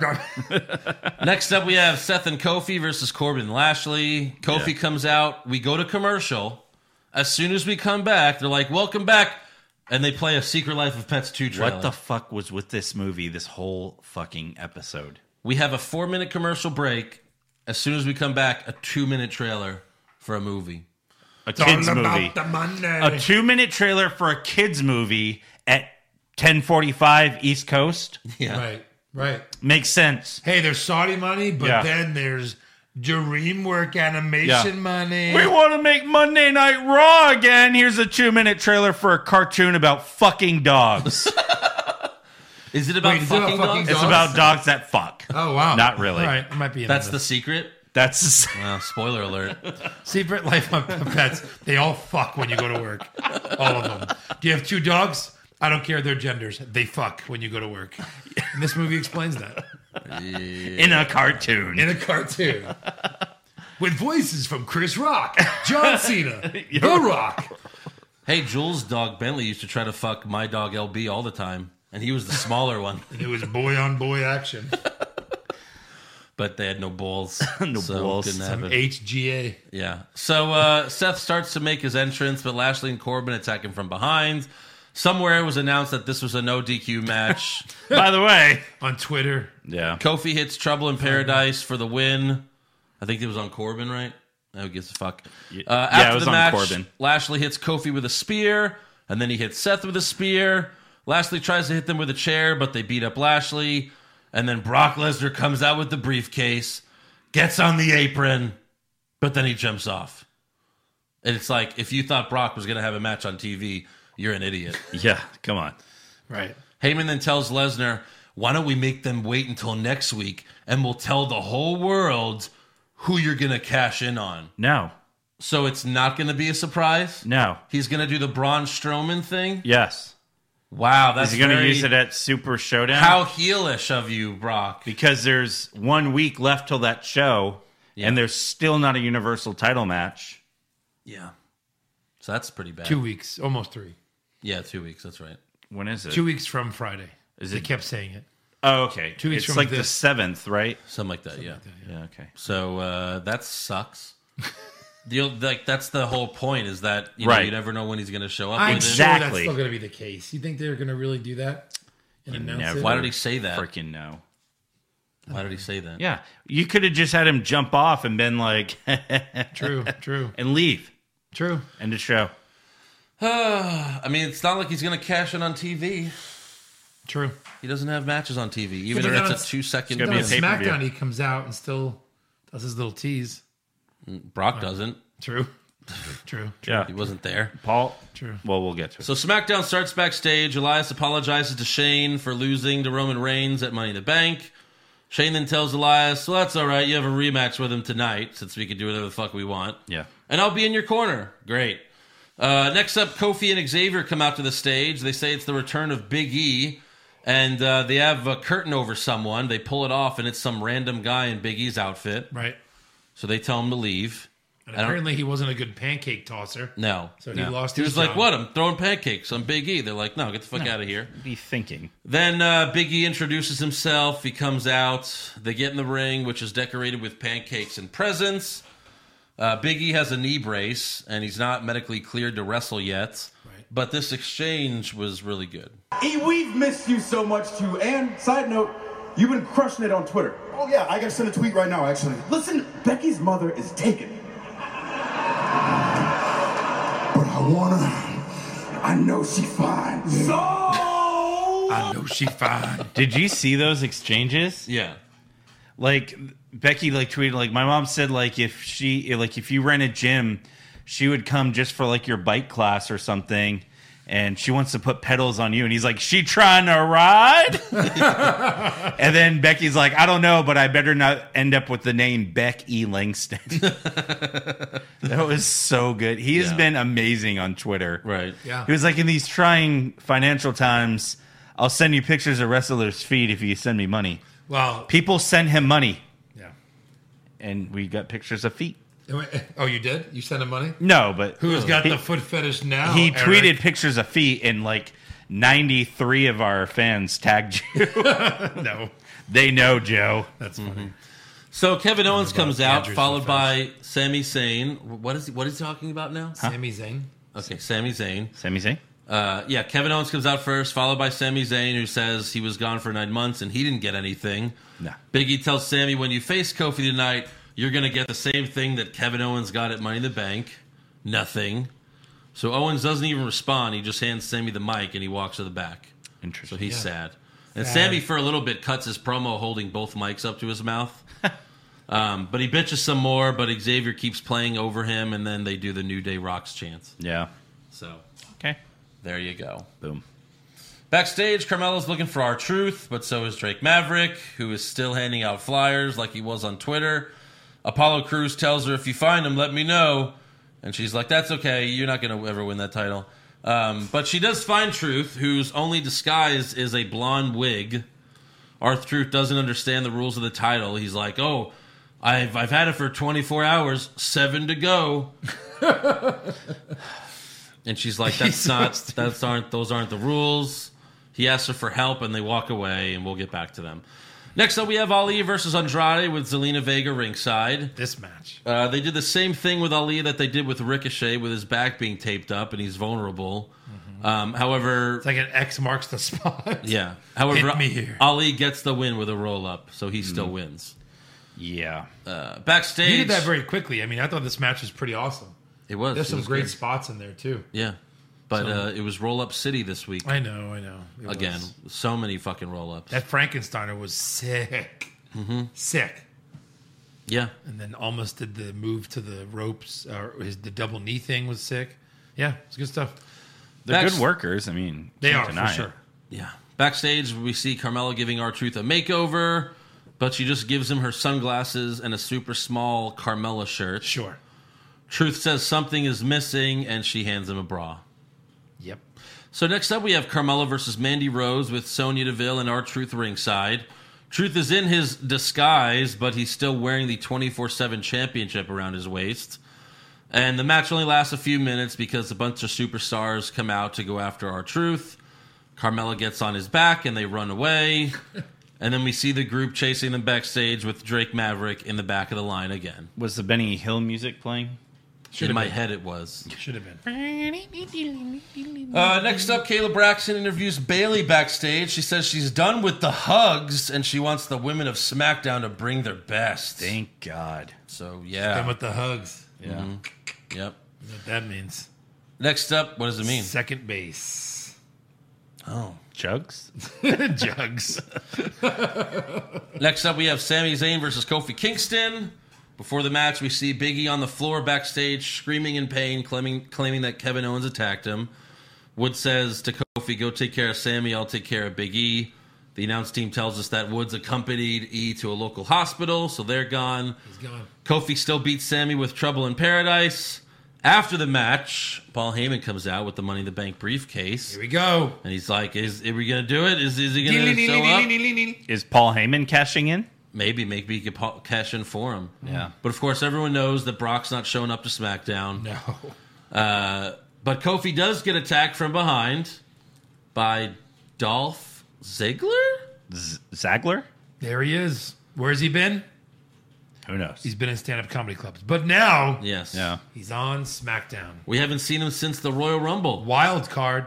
S7: dot.
S5: Next up, we have Seth and Kofi versus Corbin and Lashley. Kofi
S6: Yeah.
S5: comes out. We go to commercial. As soon as we come back, they're like, "Welcome back," and they play a Secret Life of Pets two trailer.
S6: What the fuck was with this movie this whole fucking episode?
S5: we have a four minute commercial break. As soon as we come back, a two minute trailer for a movie.
S6: A
S7: It's all
S6: kids
S7: about
S6: movie.
S7: the money.
S6: A 2-minute trailer for a kids movie at 10:45 East Coast
S5: Yeah.
S7: right. Right.
S6: makes sense.
S7: Hey, there's Saudi money, but
S6: Yeah.
S7: then there's DreamWork animation
S6: Yeah.
S7: money.
S6: We want to make Monday Night Raw again. Here's a 2-minute trailer for a cartoon about fucking dogs.
S5: Is it about
S7: Wait, is it about
S5: fucking
S7: fucking
S5: dogs?
S6: it's about dogs that fuck.
S7: Oh wow.
S6: Not really.
S7: All right, I might be.
S5: That's the
S7: this.
S5: secret.
S6: That's
S5: Well, spoiler alert.
S7: (laughs) secret life of pets. They all fuck when you go to work. All of them. Do you have two dogs? I don't care their genders. They fuck when you go to work. And this movie explains that
S6: in a cartoon.
S7: in a cartoon. With voices from Chris Rock, John Cena, (laughs) The Rock.
S5: hey, Jules' dog Bentley used to try to fuck my dog LB all the time, and he was the smaller one.
S7: And it was boy on boy action.
S5: but they had no balls.
S6: (laughs) No
S5: so
S6: balls.
S5: Didn't
S7: Some
S5: happen.
S7: HGA.
S5: Yeah. So uh, Seth starts to make his entrance, but Lashley and Corbin attack him from behind. Somewhere it was announced that this was a no DQ
S6: (laughs)
S5: match.
S6: By the way,
S7: on Twitter.
S6: yeah.
S5: Kofi hits Trouble in Paradise for the win. I think it was on Corbin, right? Who gives a fuck? Uh,
S6: yeah,
S5: after
S6: it was
S5: the
S6: on
S5: match,
S6: Corbin.
S5: Lashley hits Kofi with a spear, and then he hits Seth with a spear. Lashley tries to hit them with a chair, but they beat up Lashley. And then Brock Lesnar comes out with the briefcase, gets on the apron, but then he jumps off. And it's like, if you thought Brock was going to have a match on TV, you're an idiot.
S6: Yeah, come on.
S7: Right.
S5: Heyman then tells Lesnar, why don't we make them wait until next week and we'll tell the whole world who you're going to cash in on.
S6: No.
S5: So it's not going to be a surprise?
S6: No.
S5: He's going to do the Braun Strowman thing?
S6: Yes.
S5: Wow, that's
S6: Is he going to
S5: very-
S6: use it at Super Showdown?
S5: How heelish of you, Brock.
S6: because there's one week left till that show, and there's still not a Universal title match.
S5: Yeah. So that's pretty bad.
S7: Two weeks, almost three.
S5: Yeah, two weeks. That's right.
S6: When is it?
S7: Two weeks from Friday.
S6: Is
S7: they
S6: it-
S7: kept saying it.
S6: Oh, okay.
S7: Two weeks
S6: it's
S7: from
S6: like the
S7: this.
S6: seventh, right?
S5: Something like that. yeah.
S6: Yeah. Okay.
S5: So uh, that
S6: (laughs)
S5: sucks. the, like that's the whole point is that you know
S6: Right.
S5: you never know when he's going to show up.
S7: I'm
S5: with it.
S6: Exact-
S7: sure that's
S6: Exactly.
S7: still going to be the case. You think they're going to really do that? And announce
S6: never-
S7: it?
S5: Why did he say that?
S6: Freaking no.
S5: Why did he say that?
S6: Yeah, you could have just had him jump off and been like, (laughs)
S7: True, true,
S6: and leave.
S7: true.
S6: End of show.
S5: (sighs) I mean, it's not like he's going to cash in on TV.
S7: True.
S5: He doesn't have matches on TV, even
S7: but
S5: if
S7: then
S5: it's
S7: it's-
S5: a two second.
S6: it's gonna be
S7: On
S6: a tape- pay-per-view.
S7: SmackDown, he comes out and still does his little tease.
S5: Brock doesn't.
S7: True. (laughs) True.
S6: Yeah,
S5: He wasn't there.
S6: Paul.
S7: True.
S6: Well, we'll get to it.
S5: So SmackDown starts backstage. Elias apologizes to Shane for losing to Roman Reigns at Money in the Bank. Shane then tells Elias, "Well, that's all right. You have a rematch with him tonight, since we can do whatever the fuck we want."
S6: yeah,
S5: and I'll be in your corner. Great. Uh, next up, Kofi and Xavier come out to the stage. They say it's the return of Big E, and uh, they have a curtain over someone. They pull it off, and it's some random guy in Big E's outfit.
S7: Right.
S5: So they tell him to leave.
S7: And
S5: don't-
S7: apparently, he wasn't a good pancake tosser.
S5: No.
S7: So
S5: no.
S7: he lost
S5: He
S7: his
S5: was like,
S7: job.
S5: "What? I'm throwing pancakes. I'm Big E." They're like, "No, get the fuck out of here."
S6: be thinking.
S5: Then uh, Big E introduces himself. He comes out. They get in the ring, which is decorated with pancakes and presents. Uh, Big E has a knee brace, and he's not medically cleared to wrestle yet. But this exchange was really good.
S10: E, we've missed you so much too. And side note, you've been crushing it on Twitter.
S11: Oh yeah, I gotta send a tweet right now, actually.
S10: Listen, Becky's mother is taken.
S11: But I wanna. I know she fine.
S10: So
S7: I know she
S5: (laughs)
S7: fine.
S6: Did you see those exchanges?
S5: Yeah.
S6: Like Becky, like tweeted, like my mom said, like if she, like if you rent a gym, she would come just for like your bike class or something, and she wants to put pedals on you, and he's like, she trying to ride. (laughs) and then Becky's like, I don't know, but I better not end up with the name Beck E Langston. (laughs) that was so good. He has
S5: Yeah.
S6: been amazing on Twitter.
S5: Right.
S7: Yeah.
S6: He was like, in these trying financial times, I'll send you pictures of wrestlers' feet if you send me money.
S7: Well,
S6: People send him money,
S7: yeah.
S6: and we got pictures of feet.
S7: (laughs) Oh, you did? You sent him money?
S6: No, but
S7: Who's got
S6: he,
S7: the foot fetish now?
S6: He
S7: Eric?
S6: tweeted pictures of feet, and like ninety three of our fans tagged
S7: (laughs)
S6: you.
S7: No,
S6: they know, Joe.
S7: that's funny.
S5: So Kevin Owens comes out,
S7: Andrews
S5: followed
S7: defense.
S5: by Sami Zayn. What is he, what is he talking about now?
S7: Sami Zayn.
S5: Okay, Sami Zayn.
S6: Sami Zayn.
S5: Uh, yeah, Kevin Owens comes out first, followed by Sami Zayn, who says he was gone for nine months and he didn't get anything.
S6: No.
S5: Biggie tells Sammy, when you face Kofi tonight, you're going to get the same thing that Kevin Owens got at Money in the Bank nothing. So Owens doesn't even respond. He just hands Sammy the mic and he walks to the back. So
S6: Interesting.
S5: he's sad. And Sammy, for a little bit, cuts his promo holding both mics up to his mouth. um, but he bitches some more, but Xavier keeps playing over him, and then they do the New Day Rocks chant.
S6: yeah.
S5: So
S6: Okay.
S5: there you go.
S6: Boom.
S5: Backstage, Carmelo's looking for our truth, but so is Drake Maverick, who is still handing out flyers like he was on Twitter. Apollo Cruz tells her, "If you find him, let me know." And she's like, "That's okay. You're not going to ever win that title." Um, but she does find Truth, whose only disguise is a blonde wig. Our Truth doesn't understand the rules of the title. He's like, "Oh, I've I've had it for 24 hours, seven to go." and she's like, "That's not. That's aren't. Those aren't the rules." He asks her for help, and they walk away, and we'll get back to them. Next up, we have Ali versus Andrade with Zelina Vega ringside.
S7: This match.
S5: Uh, they did the same thing with Ali that they did with Ricochet, with his back being taped up and he's vulnerable. Um, however,
S7: Mm-hmm. It's like an X marks the spot.
S5: (laughs) yeah, however,
S7: Hit me here.
S5: Ali gets the win with a roll up, so he still wins.
S6: Yeah.
S5: Uh, backstage,
S7: He did that very quickly. I mean, I thought this match was pretty awesome.
S5: it was
S7: There's
S5: it
S7: some
S5: was
S7: great
S5: good.
S7: spots in there too.
S5: yeah. But uh, it was roll up city this week
S7: I know, I know. It
S5: again.
S7: was-
S5: So many fucking roll ups.
S7: that Frankensteiner was sick,
S5: Mm-hmm.
S7: sick,
S5: Yeah,
S7: and then almost did the move to the ropes or his the double knee thing was sick. Yeah, it's good stuff.
S6: They're
S5: Backst-
S6: good workers. I mean,
S7: They
S6: can't
S7: are for
S6: deny it.
S7: sure.
S5: Yeah. Backstage, we see Carmella giving our Truth a makeover, but she just gives him her sunglasses and a super small Carmella shirt.
S7: Sure.
S5: Truth says something is missing, and she hands him a bra.
S7: Yep.
S5: So next up, we have Carmella versus Mandy Rose with Sonya Deville and our Truth ringside. Truth is in his disguise, but he's still wearing the 24 7 championship around his waist. And the match only lasts a few minutes because a bunch of superstars come out to go after our truth. Carmella gets on his back and they run away. and then we see the group chasing them backstage with Drake Maverick in the back of the line again.
S6: Was the Benny Hill music playing?
S5: in my head, it was.
S7: Should have been.
S5: Uh, next up, Kayla Braxton interviews Bailey backstage. She says she's done with the hugs and she wants the women of SmackDown to bring their best.
S6: Thank God.
S5: So yeah,
S7: Done with the hugs. Mm-hmm.
S6: Yeah.
S5: yep.
S7: What that means.
S5: Next up, what does it mean? (laughs)
S7: Second base.
S5: Oh.
S6: Chugs?
S7: Jugs.
S5: Next up, we have Sami Zayn versus Kofi Kingston. Before the match, we see Biggie on the floor backstage, screaming in pain, claiming claiming that Kevin Owens attacked him. Wood says to Kofi, "Go take care of Sammy. I'll take care of Big E." The announce team tells us that Woods accompanied E to a local hospital, so they're gone.
S7: He's gone.
S5: Kofi still beats Sammy with Trouble in Paradise. After the match, Paul Heyman comes out with the Money in the Bank briefcase,
S7: Here we go.
S5: and he's like, "Is are we gonna do it? Is is he gonna show up?"
S6: Is Paul Heyman cashing in?
S5: Maybe, maybe you could pa- cash in for him.
S6: Yeah.
S5: But of course, everyone knows that Brock's not showing up to SmackDown.
S7: No.
S5: Uh, but Kofi does get attacked from behind by Dolph Ziggler?
S6: Z- Zagler?
S7: There he is. Where's he been?
S6: Who knows?
S7: He's been in stand up comedy clubs. But now
S5: Yes.
S6: yeah.
S7: he's on SmackDown.
S5: We haven't seen him since the Royal Rumble.
S7: Wild card.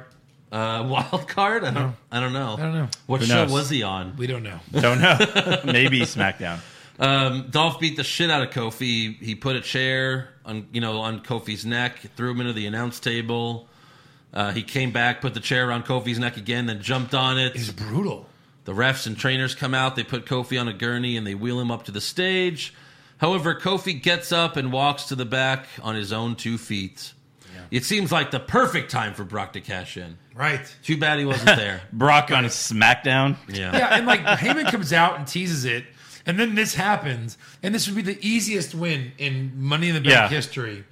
S5: Uh, wild card? I don't, I don't know. I
S7: don't know.
S5: What
S6: Who
S5: show
S6: knows?
S5: was he on?
S7: We don't know.
S6: Don't know. (laughs) Maybe SmackDown.
S5: Um, Dolph beat the shit out of Kofi. He put a chair on, you know, on Kofi's neck, threw him into the announce table. Uh, he came back, put the chair around Kofi's neck again, then jumped on it.
S7: He's brutal.
S5: The refs and trainers come out. They put Kofi on a gurney and they wheel him up to the stage. However, Kofi gets up and walks to the back on his own two feet. It seems like the perfect time for Brock to cash in.
S7: Right.
S5: Too bad he wasn't there.
S6: Brock on SmackDown?
S5: Yeah.
S7: Yeah, and like Heyman comes out and teases it, and then this happens, and this would be the easiest win in Money in the Bank
S6: Yeah.
S7: history,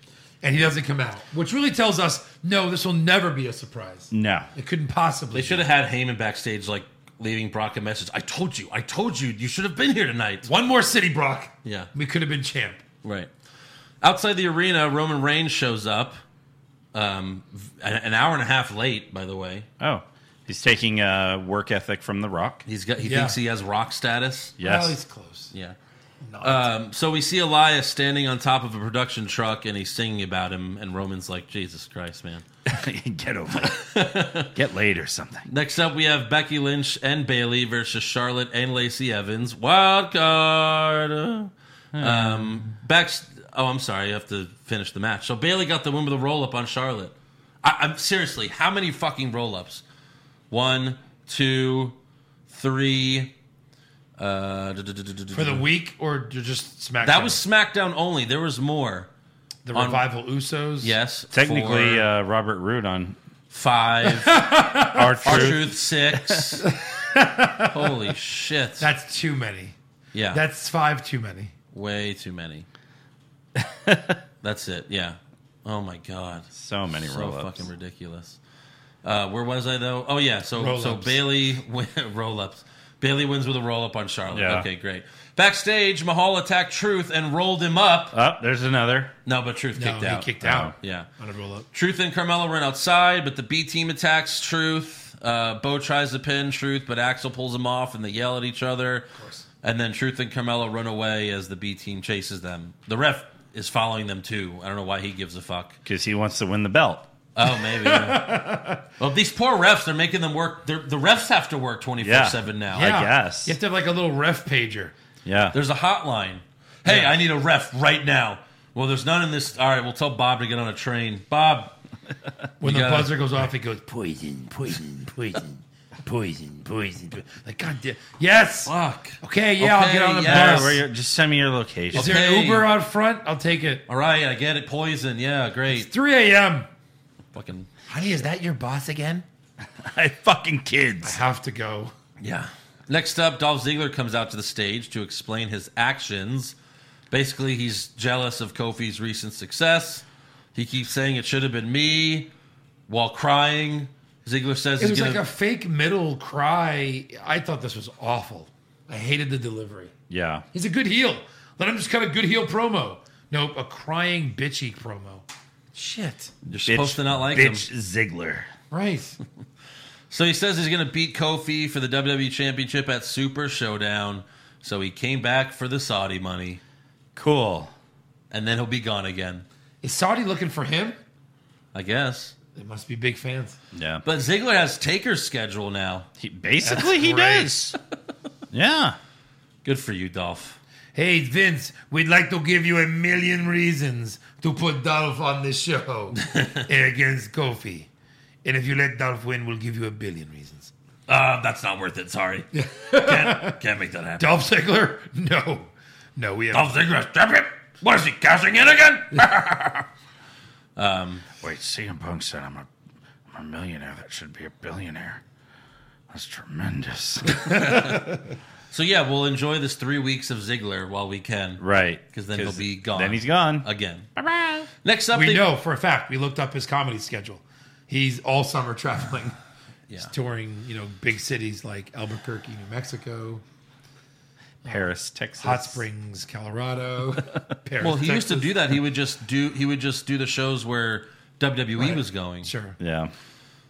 S7: and he doesn't come out, which really tells us no, this will never be a surprise.
S6: No.
S7: It couldn't possibly.
S5: They should have had Heyman backstage, like leaving Brock a message. I told you, I told you, you should have been here tonight.
S7: one more city, Brock.
S5: Yeah.
S7: we could have been champ.
S5: Right. Outside the arena, Roman Reigns shows up. Um, v- an an hour and a half late, by the way.
S6: Oh. He's taking uh, work ethic from
S5: (laughs)
S6: The Rock.
S5: He's got. He
S7: Yeah.
S5: thinks he has rock status.
S6: Yes.
S7: well, he's close.
S5: Yeah.
S7: Not.
S5: Um, so we see Elias standing on top of a production truck and he's singing about him, and Roman's like, Jesus Christ, man.
S6: Get over it. (laughs) Get laid or something.
S5: Next up, we have Becky Lynch and Bailey versus Charlotte and Lacey Evans. Wild card. Uh,
S7: Hmm.
S5: Um, back. Oh, I'm sorry. You have to finish the match. So Bailey got the win with a roll up on Charlotte. I, I'm seriously, how many fucking roll ups? One, two, three. Uh,
S7: For the week, or you're just SmackDown?
S5: that was SmackDown only. There was more.
S7: the
S5: on-
S7: revival Usos.
S5: Yes.
S6: Technically,
S5: four,
S6: uh, Robert
S5: (laughs)
S6: Roode on
S5: five.
S6: Our
S5: Our
S6: (laughs) Truth.
S5: truth six.
S6: (laughs)
S5: Holy shit!
S7: that's too many.
S5: yeah,
S7: That's five too many.
S5: way too
S6: (laughs)
S5: many. that's it. Yeah. Oh my god,
S6: So many
S5: so
S6: roll ups.
S5: fucking ridiculous. Uh, where was I though? Oh yeah, so so
S7: Roll-ups.
S5: Bailey (laughs) roll ups. Bailey wins with a roll up on Charlotte.
S6: Yeah.
S5: Okay, great. Backstage, Mahal attacked Truth and rolled him up.
S6: Oh, there's another.
S5: No, but Truth
S7: No,
S5: kicked
S7: he
S5: out.
S7: kicked
S6: Oh.
S7: out
S5: Yeah.
S7: on a roll up.
S5: Truth and Carmella run outside, but the B team attacks Truth. Uh, Bo tries to pin Truth, but Axel pulls him off, and they yell at each other. Of course. And then Truth and Carmella run away as the B team chases them. The ref is following them too. I don't know why he gives a fuck.
S6: Because he wants to win the belt.
S5: Oh, maybe. yeah. well, these poor refs, they're making them work. They're, the refs have to work 24 7 now.
S6: Yeah. guess.
S7: you have to have like a little ref pager.
S6: Yeah.
S5: There's a hotline. Hey,
S7: Yeah.
S5: I need a ref right now. Well, there's none in this. All right, we'll tell Bob to get on a train. Bob,
S7: When
S5: You
S7: the
S5: gotta-
S7: buzzer goes off, it goes
S2: Poison, poison, poison, poison, poison. poison.
S7: like God damn. Yes.
S5: fuck.
S7: Okay, yeah, I'll
S5: Okay,
S7: get on the
S5: yes.
S6: Yeah,
S7: bus.
S6: where you're- just send me your
S5: (laughs)
S6: location.
S7: Is there
S5: Okay.
S7: an Uber out front? I'll take it.
S5: All right, I get it. Poison. Yeah, great.
S7: 3 a.m.
S5: Fucking
S7: Honey, is that your boss again?
S6: I fucking
S7: I
S6: kids.
S7: have to go.
S5: yeah. Next up, Dolph Ziggler comes out to the stage to explain his actions. Basically, he's jealous of Kofi's recent success. He keeps saying it should have been me while crying. Ziggler says he's
S7: It was
S5: gonna.
S7: like a fake middle cry. I thought this was awful. I hated the delivery.
S6: Yeah.
S7: He's a good heel. Let him just cut a good heel promo. Nope, a crying bitchy promo. Shit.
S5: You're supposed to not like
S6: bitch
S5: him.
S6: Ziggler.
S7: Right.
S5: So he says he's going to beat Kofi for the WWE Championship at Super Showdown. So he came back for the Saudi money.
S6: Cool.
S5: And then he'll be gone again,
S7: Is Saudi looking for him?
S5: I guess.
S7: They must be big fans.
S6: Yeah.
S5: But Ziggler has Taker's schedule now.
S6: He, basically,
S7: That's
S6: he
S7: great.
S5: (laughs)
S6: does. yeah.
S5: Good for you, Dolph.
S7: Hey, Vince, we'd like to give you a million reasons to put Dolph on
S5: (laughs)
S7: the show against Kofi. And if you let Dolph win, we'll give you a billion reasons. (laughs)
S5: Uh, that's not worth it. Sorry. can't, can't make that happen.
S7: Dolph Ziggler? No. No, we have.
S5: Ziggler's champion. What is he cashing in again?
S6: (laughs)
S5: Um,
S6: Wait, CM Punk said I'm a, I'm a millionaire that should be a billionaire.
S5: (laughs)
S6: That's tremendous.
S5: So yeah, we'll enjoy this three weeks of Ziggler while we can. (laughs)
S6: right.
S5: Because then he'll be gone. Uh,
S6: Then he's gone.
S5: Again. Bye-bye. Next up,
S7: We
S5: they-
S7: know for a fact. We looked up his comedy schedule. He's all summer traveling. He's
S5: (laughs) Yeah.
S7: touring, you know, big cities like Albuquerque, New Mexico,
S6: Paris, Texas.
S7: Hot
S5: (laughs)
S7: Springs, Colorado. Paris,
S5: Well, he used to
S7: Texas.
S5: do that. He would just do he would just do the shows where WWE
S7: Right.
S5: was going.
S7: Sure.
S6: Yeah.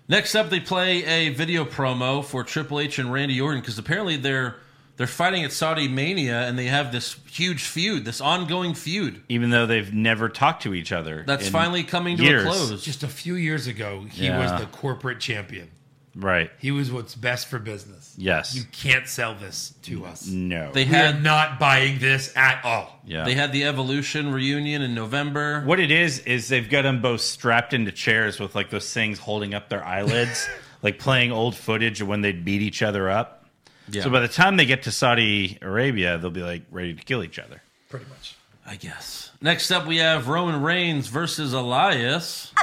S5: Next up, they play a video promo for Triple H and Randy Orton because apparently they're they're fighting at Saudi Mania and they have this huge feud, this ongoing feud
S6: Even though they've never talked to each other.
S5: that's
S6: in
S5: finally coming to
S6: years.
S5: a close.
S7: Just a few years ago, he
S6: Yeah.
S7: was the corporate champion.
S6: Right.
S7: He was what's best for business.
S6: Yes.
S7: You can't sell this to us.
S6: no.
S5: they
S7: We are
S5: had
S7: not buying this at all.
S6: Mm. yeah.
S5: they had the Evolution reunion in November.
S6: What it is is they've got them both strapped into chairs with like those things holding up
S5: (laughs)
S6: their eyelids, like playing old footage of when they'd beat each other up.
S5: Yeah.
S6: So by the time they get to Saudi Arabia, they'll be like ready to kill each other.
S7: Pretty much.
S5: I guess. Next up, we have Roman Reigns versus Elias.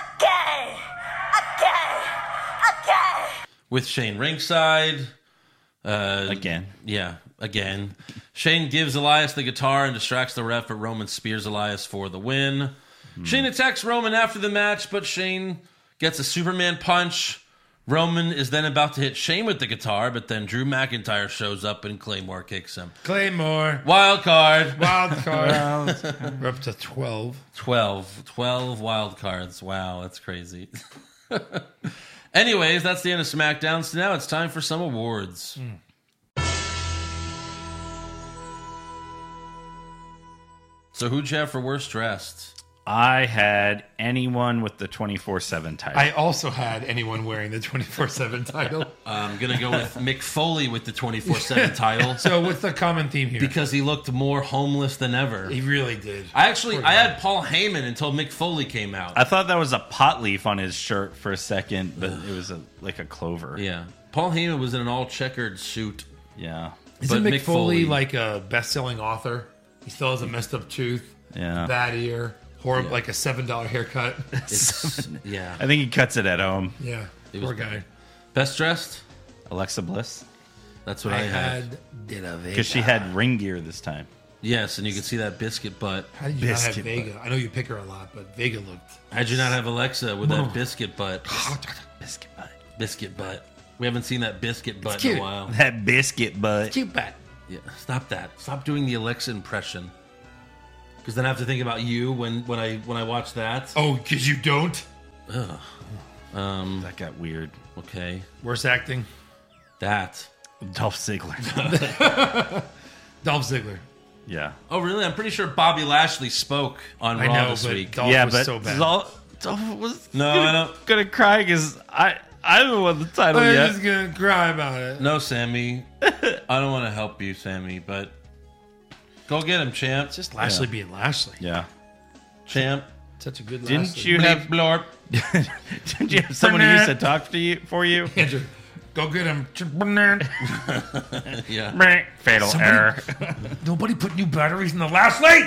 S5: With Shane ringside. Uh,
S6: Again.
S5: Yeah, again. Shane gives Elias the guitar and distracts the ref, but Roman spears Elias for the win.
S6: Hmm.
S5: Shane attacks Roman after the match, but Shane gets a Superman punch. Roman is then about to hit Shane with the guitar, but then Drew McIntyre shows up and Claymore kicks him.
S7: Claymore.
S5: Wild card.
S7: Wild card. We're up to 12.
S5: 12 12 wild cards wow that's crazy (laughs) anyways that's the end of smackdown so now it's time for some awards
S7: Hmm.
S5: so who'd you have for worst dressed
S6: I had anyone with the 24 7 title.
S7: I also had anyone wearing the 24 7 title.
S5: i'm gonna go
S7: (laughs)
S5: with mick foley with the 24-7 title
S7: So, what's the common theme here?
S5: because he looked more homeless than ever
S7: he really did.
S5: i actually i had paul heyman until mick foley came out
S6: I thought that was a pot leaf on his shirt for a second, but it was a, like a clover.
S5: yeah paul heyman was in an all checkered suit
S6: Yeah.
S7: Isn't
S5: but
S7: Mick
S5: Mick
S7: Foley
S5: Foley-
S7: like a best selling author? He still has a messed up tooth,
S6: Yeah.
S7: bad ear, horrible, like a $7 haircut. (laughs)
S5: It's- yeah
S6: I think he cuts it at home.
S7: yeah.
S5: was
S7: Poor guy.
S5: best dressed
S6: Alexa Bliss.
S5: that's what
S7: I
S5: i, had.
S7: had De La Vega.
S6: Because she had ring gear this time.
S5: Yes, and you can see that biscuit butt.
S7: How did you not have
S6: Biscuit
S7: Vega? I know you pick her a lot, but Vega looked.
S5: How'd you not have Alexa with that biscuit butt?
S6: Biscuit butt.
S5: Biscuit butt. We haven't seen that biscuit butt in
S7: cute.
S5: a while.
S6: That biscuit butt.
S7: Cute bat.
S5: Yeah, stop that. Stop doing the Alexa impression. Because then I have to think about you when, when I when I watch that.
S7: Oh, because you don't?
S6: That got weird.
S5: Okay,
S7: Worst acting?
S5: that.
S6: Dolph Ziggler.
S7: Dolph Ziggler.
S6: yeah.
S5: Oh, really? I'm pretty sure Bobby Lashley spoke on
S7: I
S5: Raw
S7: know,
S5: this
S7: but
S5: week.
S7: Dolph
S6: yeah,
S7: was
S6: but
S7: so bad.
S6: Dolph, Dolph was
S5: No,
S6: gonna,
S5: I don't-
S6: gonna cry because I I don't want the title
S7: I'm
S6: yet.
S7: just gonna cry about it.
S5: no, Sammy. I don't want to help you, Sammy, but go get him, champ.
S7: Just Lashley being Lashley.
S6: Yeah.
S5: Champ.
S7: Such a good
S6: Didn't
S7: Lashley.
S6: you have
S5: Bleep blorp.
S6: didn't you have someone who used to talk to you for (laughs) you?
S7: Andrew, go get him. (laughs)
S5: Yeah.
S6: Fatal error.
S7: Nobody put new batteries in the Lashley.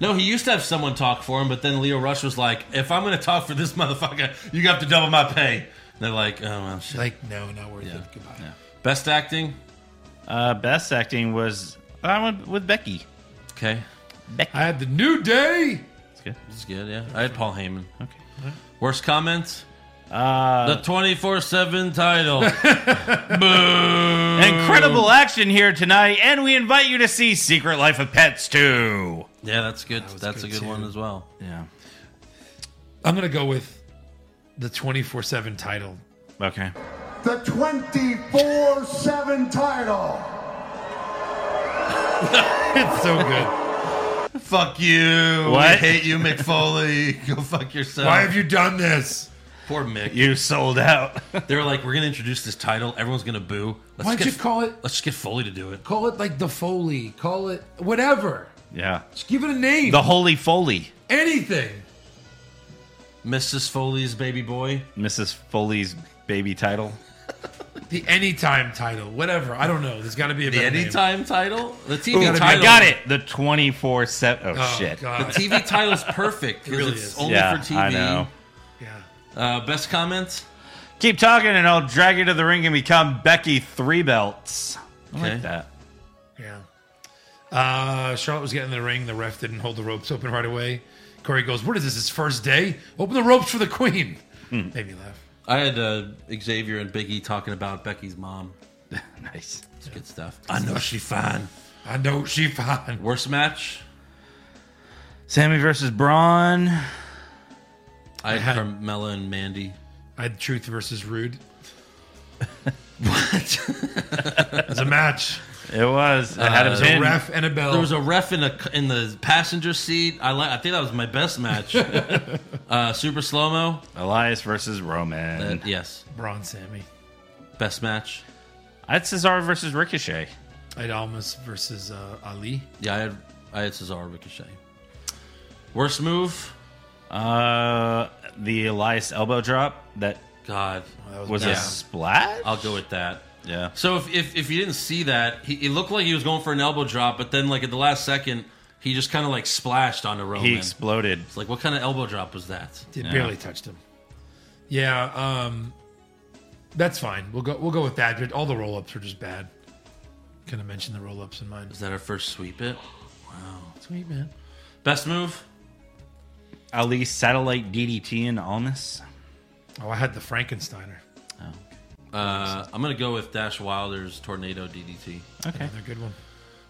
S5: No, he used to have someone talk for him, but then Leo Rush was like, "If I'm going to talk for this (laughs) motherfucker, you have to double my pay." And they're like, "Oh well, shit."
S7: Like, no, not worth it. Goodbye.
S5: Best acting,
S6: (laughs) Uh, best acting was I went with Becky.
S5: okay,
S7: I had the new day.
S6: That's good.
S5: this is good. Yeah, I had Paul Heyman.
S6: Okay.
S5: Worst comments,
S6: Uh,
S5: the 24 7
S7: (laughs)
S5: title. (laughs) Boo.
S6: Mm. incredible action here tonight, and we invite you to see Secret Life of Pets 2.
S5: Yeah, that's good. that's
S7: good
S5: a good
S7: too.
S5: one as well.
S6: Yeah.
S7: I'm gonna go with the 24 seven title.
S6: Okay.
S11: The 24 7 title.
S7: It's so good.
S5: Fuck you.
S6: What?
S5: you, Mick Foley. (laughs) Go fuck yourself.
S7: Why have you done this?
S5: Poor Mick.
S6: You sold out.
S5: They were like, we're gonna introduce this title. Everyone's gonna boo. Let's
S7: Why'd
S5: get,
S7: you call it?
S5: Let's just get Foley to do it.
S7: Call it like the Foley. Call it whatever.
S6: (laughs) yeah.
S7: Just give it a name.
S6: The Holy Foley.
S7: Anything.
S5: Mrs. Foley's baby boy.
S6: Mrs. Foley's baby title.
S7: The anytime title. Whatever. I don't know. There's got to be a
S5: The
S7: better name.
S5: anytime title. The
S7: Ooh,
S5: TV title.
S6: I got it. The 24 7. Oh,
S7: Oh,
S6: shit.
S5: The
S7: God.
S5: TV title's perfect. 'cause
S7: really
S5: it's
S7: is.
S5: Only
S6: Yeah,
S5: for TV.
S6: I know.
S7: Yeah.
S5: Uh, best comments.
S6: Keep talking, and I'll drag you to the ring and become Becky Three Belts. I
S5: Okay.
S6: like that.
S7: Yeah. Uh, Charlotte was getting in the ring. The ref didn't hold the ropes open right away. Corey goes, What is this? His first day? Open the ropes for the queen.
S5: Hmm.
S7: Made me laugh.
S5: I had uh, Xavier and Biggie talking about Becky's mom.
S6: Nice.
S5: It's good stuff. I know she fine.
S7: I know she fine.
S5: Worst match.
S6: Sammy versus Braun.
S5: I had Carmella and Mandy.
S7: I had truth versus rude.
S5: (laughs) What?
S7: It's
S5: (laughs)
S7: a match.
S6: It was. It had a
S7: There's a
S6: pin.
S7: ref and a bell.
S5: There was a ref in the in the passenger seat. I like. I think that was my best (laughs) match. uh, super slow mo.
S6: Elias versus Roman.
S5: yes,
S7: Braun Sammy.
S5: best match.
S6: I had Cesaro versus Ricochet.
S7: I had Almas versus uh, Ali.
S5: Yeah, I had I had Cesaro Ricochet. Worst move.
S6: Uh, the Elias elbow drop that
S5: God,
S6: was
S5: yeah.
S6: a splat.
S5: I'll go with that.
S6: yeah.
S5: So if, if if you didn't see that, he, it looked like he was going for an elbow drop, but then like at the last second, he just kind of like splashed onto Roman.
S6: He exploded.
S5: It's like what kind of elbow drop was that?
S7: It barely touched him. Yeah, um, that's fine. We'll go. We'll go with that. But all the roll ups are just bad. Gonna mention the roll ups in mine.
S5: Is that our first sweep? It
S7: Sweet man.
S5: best move.
S6: Ali satellite DDT and Almas.
S7: Oh, I had the Frankensteiner.
S5: Uh, I'm gonna go with Dash Wilder's tornado DDT.
S6: Okay.
S7: Another good one.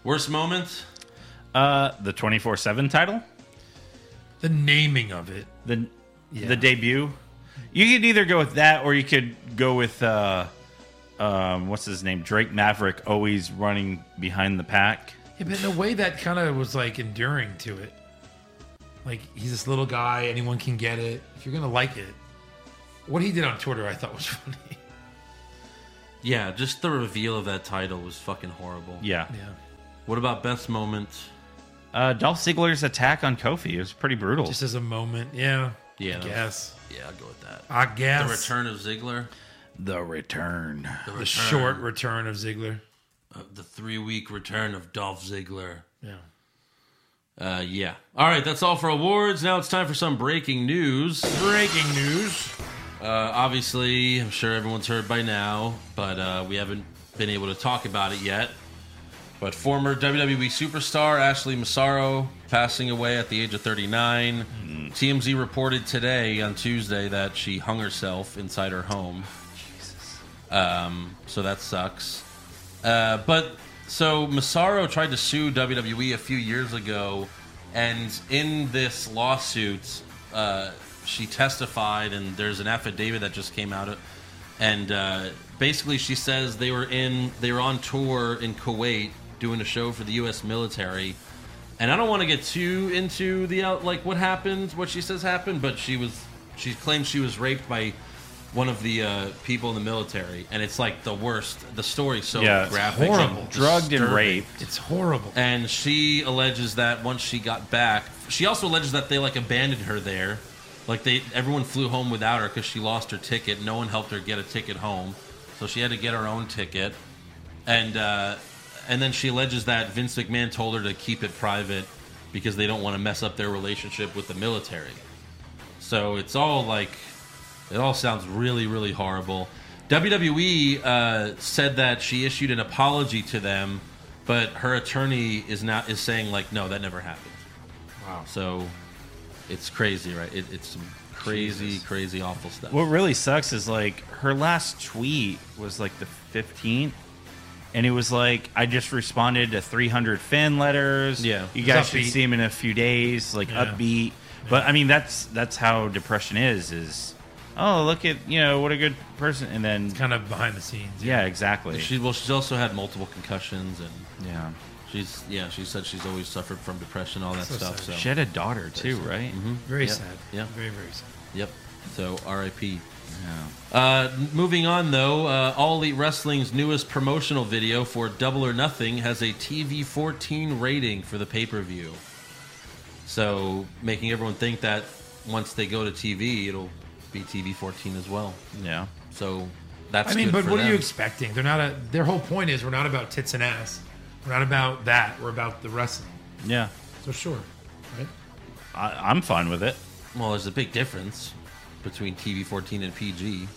S5: Worst moment.
S6: Uh, the twenty four seven title.
S7: The naming of it.
S6: The the debut. You could either go with that or you could go with uh, um, what's his name? Drake Maverick always running behind the pack.
S7: Yeah, but in a way that kind of was like enduring to it. Like he's this little guy. Anyone can get it. If you're gonna like it, what he did on Twitter, I thought was (laughs) funny.
S5: Yeah, just the reveal of that title was fucking horrible.
S6: Yeah.
S7: yeah.
S5: What about best moment?
S6: Uh, Dolph Ziggler's attack on Kofi. It was pretty brutal.
S7: Just as a moment. Yeah.
S5: Yeah,
S7: I
S5: that-
S7: guess.
S5: Yeah, I'll go with that.
S7: I guess.
S5: The return of Ziggler.
S6: the return.
S5: The,
S7: The
S5: return
S7: short return of Ziggler.
S5: of Uh, the three week return of Dolph Ziggler.
S7: Yeah.
S5: Uh, yeah. All right, that's all for awards. Now it's time for some breaking news.
S7: Breaking news.
S5: Uh, obviously, I'm sure everyone's heard by now, but uh, we haven't been able to talk about it yet. But former WWE superstar Ashley Massaro passing away at the age of 39.
S7: Mm-hmm.
S5: TMZ reported today on Tuesday that she hung herself inside her home. Um, so that sucks. Uh, but so Massaro tried to sue WWE a few years ago, and in this lawsuit, uh, she testified, and there's an affidavit that just came out, of, and uh, basically she says they were in they were on tour in Kuwait doing a show for the U.S. military. And I don't want to get too into the out like what happened, what she says happened, but she was she claims she was raped by one of the uh, people in the military, and it's like the worst. The story's so
S6: Yeah, it's
S5: graphic, and
S7: horrible.
S6: Drugged and
S5: disturbing.
S6: raped.
S7: It's horrible.
S5: And she alleges that once she got back, she also alleges that they like abandoned her there. Like they, everyone flew home without her because she lost her ticket. No one helped her get a ticket home, so she had to get her own ticket. And uh, and then she alleges that Vince McMahon told her to keep it private because they don't want to mess up their relationship with the military. So it's all like, it all sounds really, really horrible. WWE uh, said that she issued an apology to them, but her attorney is not is saying like, no, that never happened. Wow. So it's crazy, right? It, it's some crazy, crazy, awful stuff.
S6: What really sucks is like her last tweet was like the 15th. And it was like I just responded to 300 fan letters.
S5: Yeah.
S6: you
S5: It's
S6: guys should
S5: upbeat.
S6: see him in a few days, like
S5: Yeah.
S6: upbeat. But I mean, that's that's how depression is. Is oh look at you know what a good person, and then
S7: kind of behind the scenes.
S6: Yeah, exactly.
S5: She well, she's also had multiple concussions and
S6: yeah,
S5: she's yeah. She said she's always suffered from depression, all that
S6: So
S5: stuff.
S6: sad.
S5: So
S6: She had a daughter, too, right?
S5: Mhm.
S6: Very
S5: Yep.
S6: sad.
S5: Yeah,
S7: Very, very sad.
S5: Yep. So R.I.P. Uh, moving on though, uh, All Elite Wrestling's newest promotional video for Double or Nothing has a TV 14 rating for the pay per view. So making everyone think that once they go to TV, it'll be TV 14 as well.
S6: Yeah.
S5: So that's.
S7: I mean,
S5: good
S7: but
S5: for
S7: what
S5: them.
S7: are you expecting? They're not a. Their whole point is we're not about tits and ass. We're not about that. We're about the wrestling.
S6: Yeah,
S7: So sure, right?
S6: I, I'm fine with it.
S5: Well, there's a big difference between TV 14 and PG,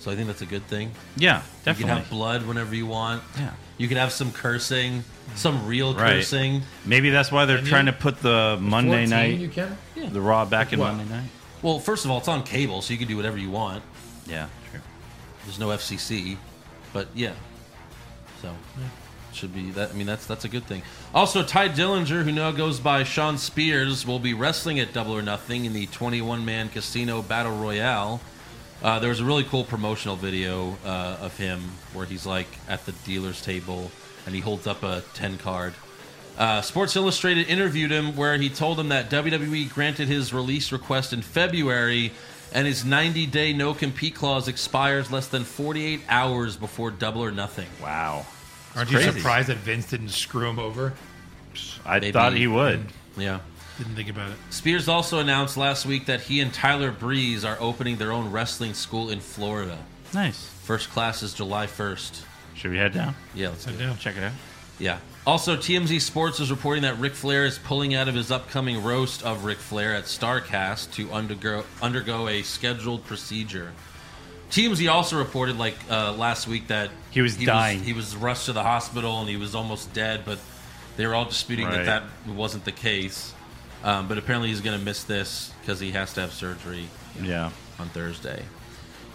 S5: so I think that's a good thing.
S6: Yeah,
S5: You can
S6: definitely.
S5: have blood whenever you want.
S6: Yeah.
S5: You can have some cursing, some real
S6: Right.
S5: cursing.
S6: Maybe that's why they're
S5: Can you?
S6: trying to put the Monday
S5: 14
S6: night,
S5: you can? Yeah.
S6: the Raw back
S5: Like
S6: in
S5: what?
S6: Monday night.
S5: Well, first of all, it's on cable, so you can do whatever you want.
S6: Yeah, true.
S5: There's no FCC, but yeah. So
S7: Yeah.
S5: should be that. I mean, that's that's a good thing. Also, Ty Dillinger, who now goes by Sean Spears, will be wrestling at Double or Nothing in the 21 man casino battle royale. Uh, there was a really cool promotional video uh, of him where he's like at the dealer's table and he holds up a 10 card. Uh, Sports Illustrated interviewed him where he told him that WWE granted his release request in February and his 90 day no compete clause expires less than 48 hours before Double or Nothing.
S6: Wow.
S7: Aren't you surprised that Vince didn't screw him over?
S6: I
S5: Maybe-
S6: thought he would.
S5: Yeah.
S7: Didn't think about it.
S5: Spears also announced last week that he and Tyler Breeze are opening their own wrestling school in Florida.
S6: Nice.
S5: First class is July 1st.
S6: Should we head down?
S5: Yeah, let's do it.
S7: down.
S6: Check it out.
S5: Yeah. Also, TMZ Sports is reporting that Ric Flair is pulling out of his upcoming roast of Ric Flair at StarCast to undergo undergo a scheduled procedure. TMZ also reported like uh, last week that
S6: He was dying.
S5: he was rushed to the hospital and he was almost dead, but they were all disputing
S6: Right.
S5: that that wasn't the case. Um, but apparently, he's going to miss this because he has to have surgery
S6: Yeah.
S5: on Thursday.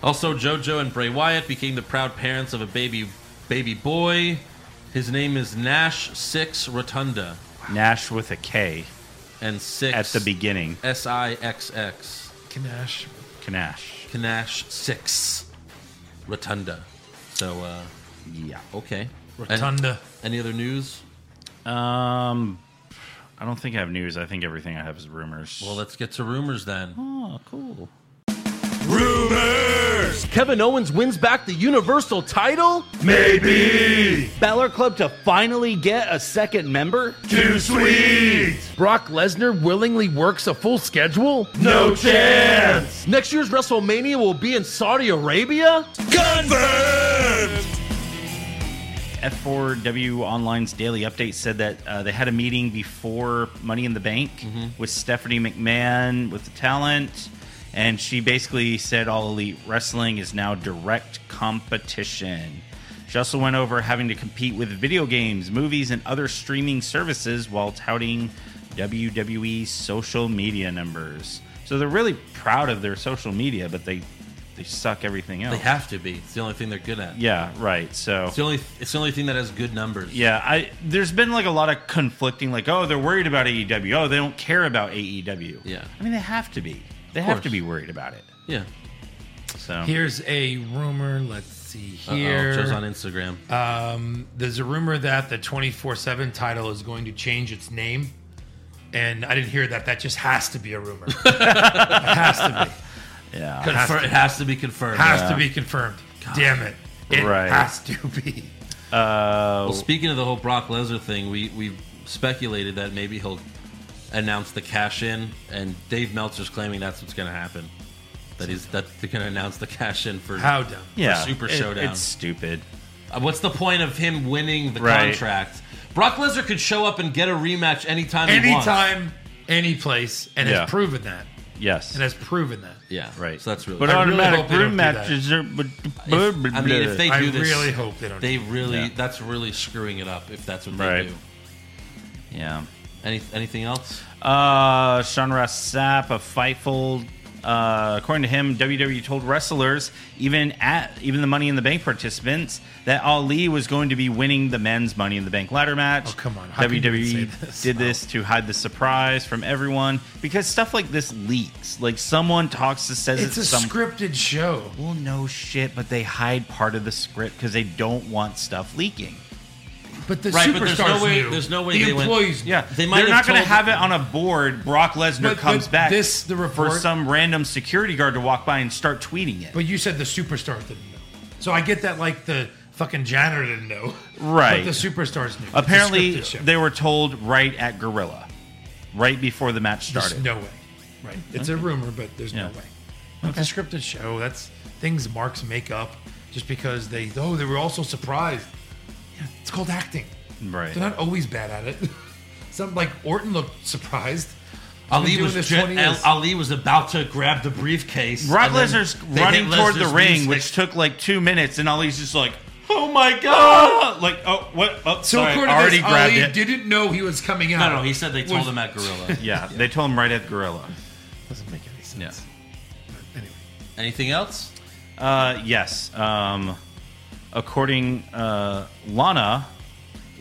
S5: Also, JoJo and Bray Wyatt became the proud parents of a baby baby boy. His name is Nash Six Rotunda,
S6: Nash with a K
S5: and six
S6: at the beginning.
S5: S I X X
S7: Kanash.
S6: Kanash.
S5: Kanash Six Rotunda. So, uh,
S6: Yeah.
S5: okay. And
S7: Rotunda.
S5: any other news?
S6: Um, I don't think I have news. I think everything I have is rumors.
S5: Well, let's get to rumors then.
S6: oh, cool.
S12: Kevin Owens wins back the Universal title? Maybe. Balor Club to finally get a second member?
S10: Too sweet.
S12: Brock Lesnar willingly works a full schedule?
S10: No chance.
S12: Next year's WrestleMania will be in Saudi Arabia? Confirmed!
S6: F4W Online's daily update said that uh, they had a meeting before Money in the Bank
S5: Mm-hmm.
S6: with Stephanie McMahon with the talent, and she basically said All Elite Wrestling is now direct competition. She also went over having to compete with video games, movies, and other streaming services while touting WWE's social media numbers. So they're really proud of their social media, but they they suck everything else.
S5: They have to be. It's the only thing they're good at.
S6: yeah, right. So
S5: It's the only. It's the only thing that has good numbers.
S6: yeah, I there's been like a lot of conflicting, like oh they're worried about AEW, oh they don't care about AEW.
S5: Yeah.
S6: I mean they have to be, they
S5: Of
S6: have
S5: course.
S6: to be worried about it.
S5: Yeah.
S6: So
S7: Here's a rumor. Let's see
S5: Uh-oh,
S7: here.
S5: Joe's on Instagram.
S7: Um, there's a rumor that the 24 7 title is going to change its name. And I didn't hear that. That just has to be
S5: (laughs)
S7: a rumor. it has to be.
S6: yeah,
S7: has
S5: Confir-
S7: to-
S5: it has to be confirmed.
S7: Has to be confirmed. Damn it. It
S6: Right.
S7: has to be.
S6: uh,
S5: Well, speaking of the whole Brock Lesnar thing, we we speculated that maybe he'll announce the cash in, and Dave Meltzer's claiming that's what's going to happen. That he's that they're going to announce the cash in for.
S7: How dumb.
S6: yeah,
S5: Super
S6: it-
S5: Showdown.
S6: It's stupid.
S5: Uh, What's the point of him winning the
S6: Right.
S5: contract? Brock Lesnar could show up and get a rematch anytime. he wants.
S7: Anytime, any place, and
S6: Yeah.
S7: has proven that.
S6: Yes,
S7: And has proven that.
S5: Yeah.
S6: right.
S5: So that's really.
S6: but
S7: I really
S6: automatic
S7: hope they don't
S6: room
S7: do that.
S6: matches are. But,
S5: If- I mean, if they
S7: I
S5: do this,
S7: really hope they don't
S5: They
S7: do
S5: really.
S6: Yeah.
S5: That's really screwing it up. If that's what
S6: Right.
S5: they do.
S6: yeah.
S5: Any, anything else?
S6: Uh, Sean Ross Sapp of Fightful Uh, according to him, WWE told wrestlers, even at even the Money in the Bank participants, that Ali was going to be winning the men's Money in the Bank ladder match. Oh come on!
S7: How can you even say
S6: WWE did this to hide the surprise from everyone because stuff like this leaks. Like someone talks to says
S7: It's
S6: it's,
S7: a
S6: some
S7: scripted show.
S6: Well, no shit, but they hide part of the script because they don't want stuff leaking.
S7: But the
S5: Right, but
S7: superstars
S5: there's no way-
S7: knew.
S5: there's no way
S7: the
S5: they went-
S7: employees.
S6: Yeah,
S5: They might
S6: are
S5: have
S6: not going to
S5: told-
S6: have it on a board. Brock Lesnar
S7: But- but
S6: comes back.
S7: this- the report-
S6: for some random security guard to walk by and start tweeting it.
S7: But you said the superstars didn't know. So I get that, like the fucking janitor didn't know.
S6: Right.
S7: But the superstars knew. It's a
S6: Apparently,
S7: scripted show.
S6: they were told right at Gorilla, right before the match
S7: There's
S6: started.
S7: no way. Right. It's a rumor, but there's no
S6: Yeah.
S7: way. It's a scripted show. That's things marks make up just because they, oh, they were also surprised. Yeah, it's called acting.
S6: Right.
S7: They're not always bad at it. (laughs) Some like Orton looked surprised. He's
S5: Ali
S7: been
S5: was
S7: doing this
S5: ju-
S7: 20 years.
S5: Ali was about to grab the briefcase.
S6: Brock
S5: and then
S6: Lesnar's
S5: they hit
S6: running toward the
S5: Lesnar's
S6: ring,
S5: knees.
S6: which took like two minutes, and Ali's just like, (laughs) "Oh my god!" Like, oh, what? Oh,
S7: So
S6: sorry,
S7: according
S6: already
S7: to this,
S6: grabbed
S7: Ali
S6: it.
S7: didn't know he was coming out.
S5: No, no, he said they told
S7: Was-
S5: him at
S7: (laughs)
S5: Gorilla.
S6: yeah, they told him right at Gorilla.
S7: Doesn't make any sense.
S5: Yeah.
S7: Anyway.
S5: Anything else?
S6: Uh, yes. Um, according uh, Lana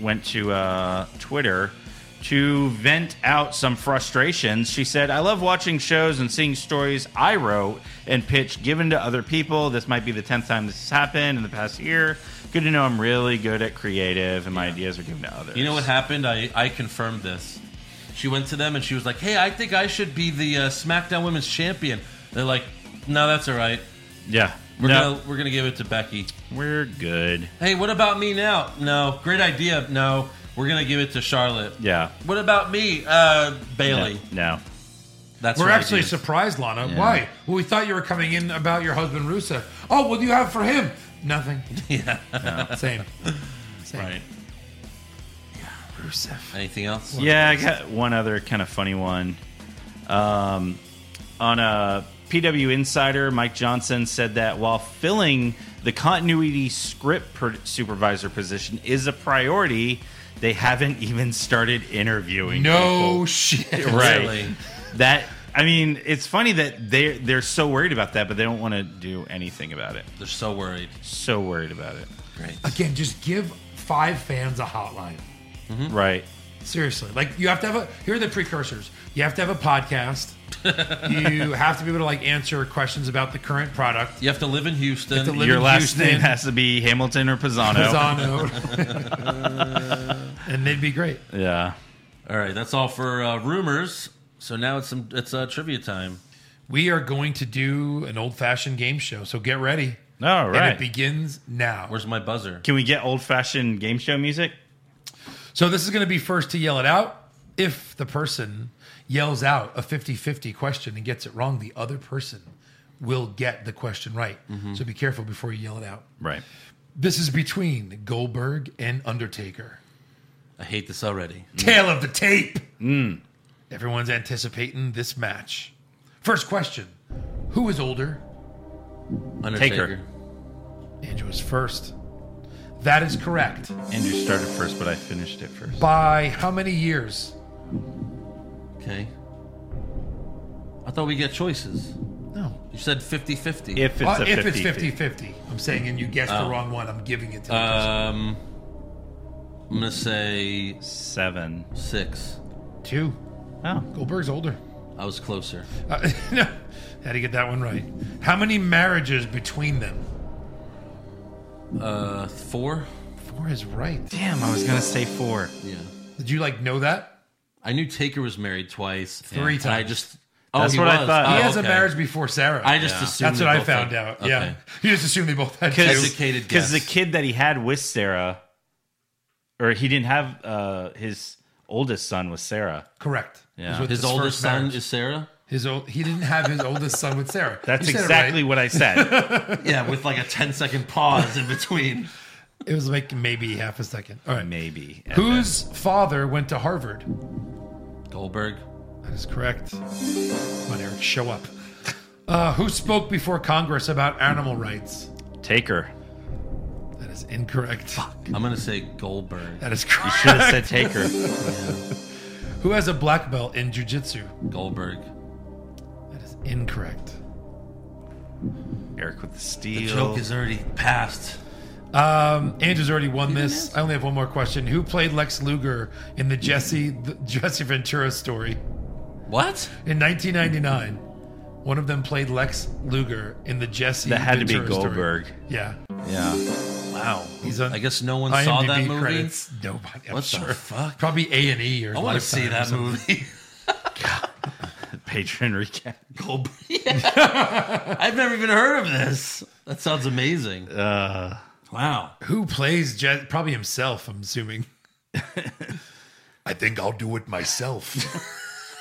S6: went to uh, Twitter to vent out some frustrations. She said, "I love watching shows and seeing stories I wrote and pitched given to other people. This might be the tenth time this has happened in the past year. Good to know I'm really good at creative and my ideas are given to others.
S5: You know what happened? I, I confirmed this. She went to them and she was like, "Hey, I think I should be the uh, SmackDown Women's Champion." They're like, "No, that's all right.
S6: Yeah,
S5: We're
S6: no,
S5: gonna we're gonna give it to Becky."
S6: we're good.
S5: Hey, what about me now? No, great idea. No, we're gonna give it to Charlotte.
S6: Yeah,
S5: What about me, uh, Bailey?
S6: no."
S5: That's
S7: We're
S5: her
S7: actually
S5: idea.
S7: surprised, Lana.
S6: Yeah.
S7: Why? Well, we thought you were coming in about your husband, Rusev. Oh, what do you have for him?
S6: (laughs)
S7: Nothing.
S5: yeah.
S7: Same. Same.
S6: Right.
S7: Rusev.
S5: Anything else?
S6: Yeah, I got one other kind of funny one. Um, on a PW Insider, Mike Johnson said that while filling the continuity script per- supervisor position is a priority, they haven't even started interviewing.
S7: No
S6: people. (laughs)
S7: shit.
S6: right?
S5: Really?
S6: That I mean, it's funny that they they're so worried about that, but they don't want to do anything about it.
S5: They're so worried.
S6: So worried about it,
S5: Great.
S7: Again, just give five fans a hotline. Hmm.
S6: right?
S7: Seriously, like you have to have a. Here are the precursors. You have to have a
S6: (laughs)
S7: podcast. you have to be able to like answer questions about the current product.
S5: You have to live in Houston.
S7: You have to live
S6: Your
S7: in
S6: last
S7: Houston.
S6: name has to be Hamilton or
S7: Pisano. (laughs) and they'd be great.
S6: Yeah.
S5: All right, that's all for uh, rumors. So now it's some it's uh, trivia time.
S7: We are going to do an old fashioned game show, so get ready.
S6: All right.
S7: And it begins now.
S5: Where's my buzzer?
S6: Can we get old fashioned game show music?
S7: So this is going to be first to yell it out. If the person yells out a 50-50 question and gets it wrong, the other person will get the question right.
S6: Mm-hmm.
S7: So be careful before you yell it out.
S6: Right.
S7: This is between Goldberg and Undertaker.
S5: I hate this already.
S7: Tale of the tape.
S6: Mm.
S7: Everyone's anticipating this match. First question. Who is older?
S5: Undertaker.
S7: Andrew is first. That is correct.
S6: Andrew started first, but I finished it first.
S7: By how many years?
S5: Okay. I thought we get choices.
S7: No.
S5: You said 50-50.
S6: If it's
S7: Uh,
S6: a 50,
S7: if it's 50 50, I'm saying, and you guessed
S5: Oh.
S7: the wrong one, I'm giving it to the
S5: um, I'm gonna say
S6: seven.
S5: six.
S7: person. Two.
S6: Oh,
S7: Goldberg's older.
S5: I was closer.
S7: Uh, (laughs) no. How to get that one right? How many marriages between them?
S5: Uh, four.
S7: Four is right.
S6: damn! I was gonna say four.
S5: Yeah.
S7: Did you like know that?
S5: I knew Taker was married twice.
S7: Three
S5: And I
S7: times.
S5: just. Oh,
S6: That's
S5: he
S6: what I
S5: was.
S6: thought.
S7: He
S5: Oh,
S7: has
S5: okay.
S7: a marriage before Sarah.
S5: I just assumed.
S7: That's
S5: they
S7: what I
S5: both
S7: found
S5: had-
S7: out.
S5: Okay.
S7: Yeah. You just assume they both had two.
S5: Educated
S6: Because the
S5: guess.
S6: kid that he had with Sarah, or he didn't have uh, his oldest son was Sarah.
S7: Correct.
S6: Yeah.
S7: Is what
S5: His
S7: this
S5: oldest
S7: first
S5: son
S7: marriage-
S5: is Sarah.
S7: His old, he didn't have his oldest son with Sarah.
S6: That's
S7: You said it
S6: exactly
S7: right.
S6: what I
S7: (laughs)
S6: said.
S5: Yeah, with like a 10 second pause in between.
S7: It was like maybe half a second. All right.
S6: Maybe.
S7: Whose father went to Harvard?
S5: Goldberg.
S7: That is correct. Come on, Eric, show up. Uh, who spoke before Congress about animal rights?
S6: Taker?
S7: That is incorrect.
S5: I'm gonna say Goldberg.
S7: That is (laughs)
S6: Should have said
S7: correct.
S6: Taker.
S7: Who has a black belt in jujitsu?
S5: Goldberg.
S7: That is incorrect.
S6: Eric with the steel.
S5: joke is already passed.
S7: Um, Andrew's already won this. I only have one more question. Who played Lex Luger in the Jesse the (laughs) Jesse Ventura story?
S5: What?
S7: In 1999, one of them played Lex Luger in the Jesse.
S6: That had to be
S7: Ventura story.
S6: Goldberg.
S7: Yeah.
S6: Yeah. Wow.
S7: He's on.
S5: I guess no one saw that
S7: IMDb
S5: movie?
S7: Credits. Nobody. I'm
S5: What the
S7: sure.
S5: fuck?
S7: Probably A and E or.
S5: I want to
S7: Lifetime
S5: see
S7: or
S5: that
S7: something.
S5: movie. (laughs)
S6: Patron recap.
S5: Goldberg. I've never even heard of this. That sounds amazing.
S6: Uh,
S5: Wow.
S7: Who plays Je- probably himself? I'm assuming. (laughs) I think I'll do it myself.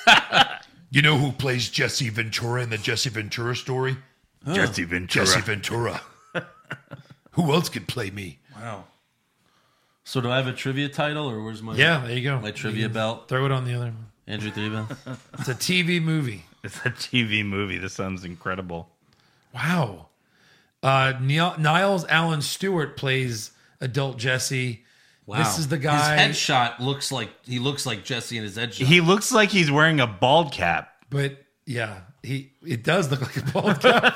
S7: (laughs) you know who plays Jesse Ventura in the Jesse Ventura story?
S6: Jesse Ventura.
S7: Jesse Ventura. (laughs) who else could play me?
S5: Wow. So do I have a trivia title or where's my
S7: Yeah, there you go.
S5: My trivia
S7: You can
S5: belt.
S7: Throw it on the other one.
S5: Andrew Thriba.
S7: It's a TV movie.
S6: It's a TV movie. This sounds incredible.
S7: Wow. Uh, Neil, Niles Allen Stewart plays adult Jesse.
S5: Wow.
S7: This is the guy.
S5: His headshot looks like he looks like Jesse in his headshot.
S6: He looks like he's wearing a bald cap.
S7: But yeah, he it does look like a
S5: (laughs)
S7: bald cap.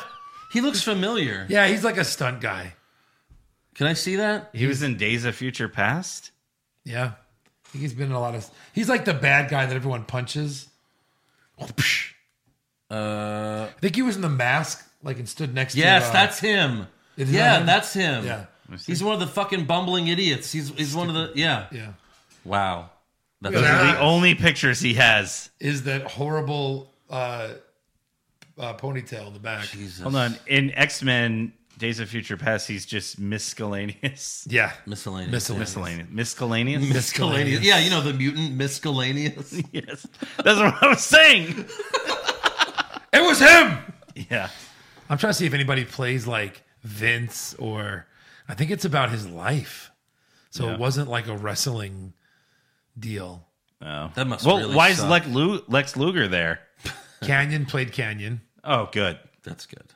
S5: He looks familiar.
S7: yeah, he's like a stunt guy.
S5: Can I see that?
S6: He was in Days of Future Past.
S7: Yeah. I think he's been in a lot of. He's like the bad guy that everyone punches.
S5: Uh
S7: I think he was in the mask, like and stood next
S5: yes,
S7: to. uh,
S5: that's him.
S7: Is that
S5: Yeah,
S7: him?
S5: that's him.
S7: Yeah.
S5: He's one of the fucking bumbling idiots. He's he's one of the yeah.
S7: Yeah.
S5: Wow. That's
S6: Those are
S7: Yeah.
S6: the only pictures he has.
S7: Is that horrible uh, uh, ponytail in the back?
S5: Jesus.
S6: Hold on. In X Men Days of Future Past, he's
S5: (laughs)
S6: just miscellaneous.
S7: Yeah.
S5: Miscellaneous.
S7: Miscellaneous.
S6: Miscellaneous. Miscellaneous?
S5: Miscellaneous. Yeah, you know the mutant
S7: (laughs)
S5: miscellaneous.
S6: (laughs) yes. That's what I was saying.
S5: (laughs)
S7: It was him.
S6: Yeah.
S7: I'm trying to see if anybody plays like Vince or I think it's about his life. So
S6: Yeah.
S7: it wasn't like a wrestling deal.
S6: Oh.
S5: That must
S6: well,
S5: really
S6: why is
S5: suck.
S6: Lex, Lu- Lex Luger there?
S7: Canyon played Canyon.
S6: Oh, good.
S5: That's good.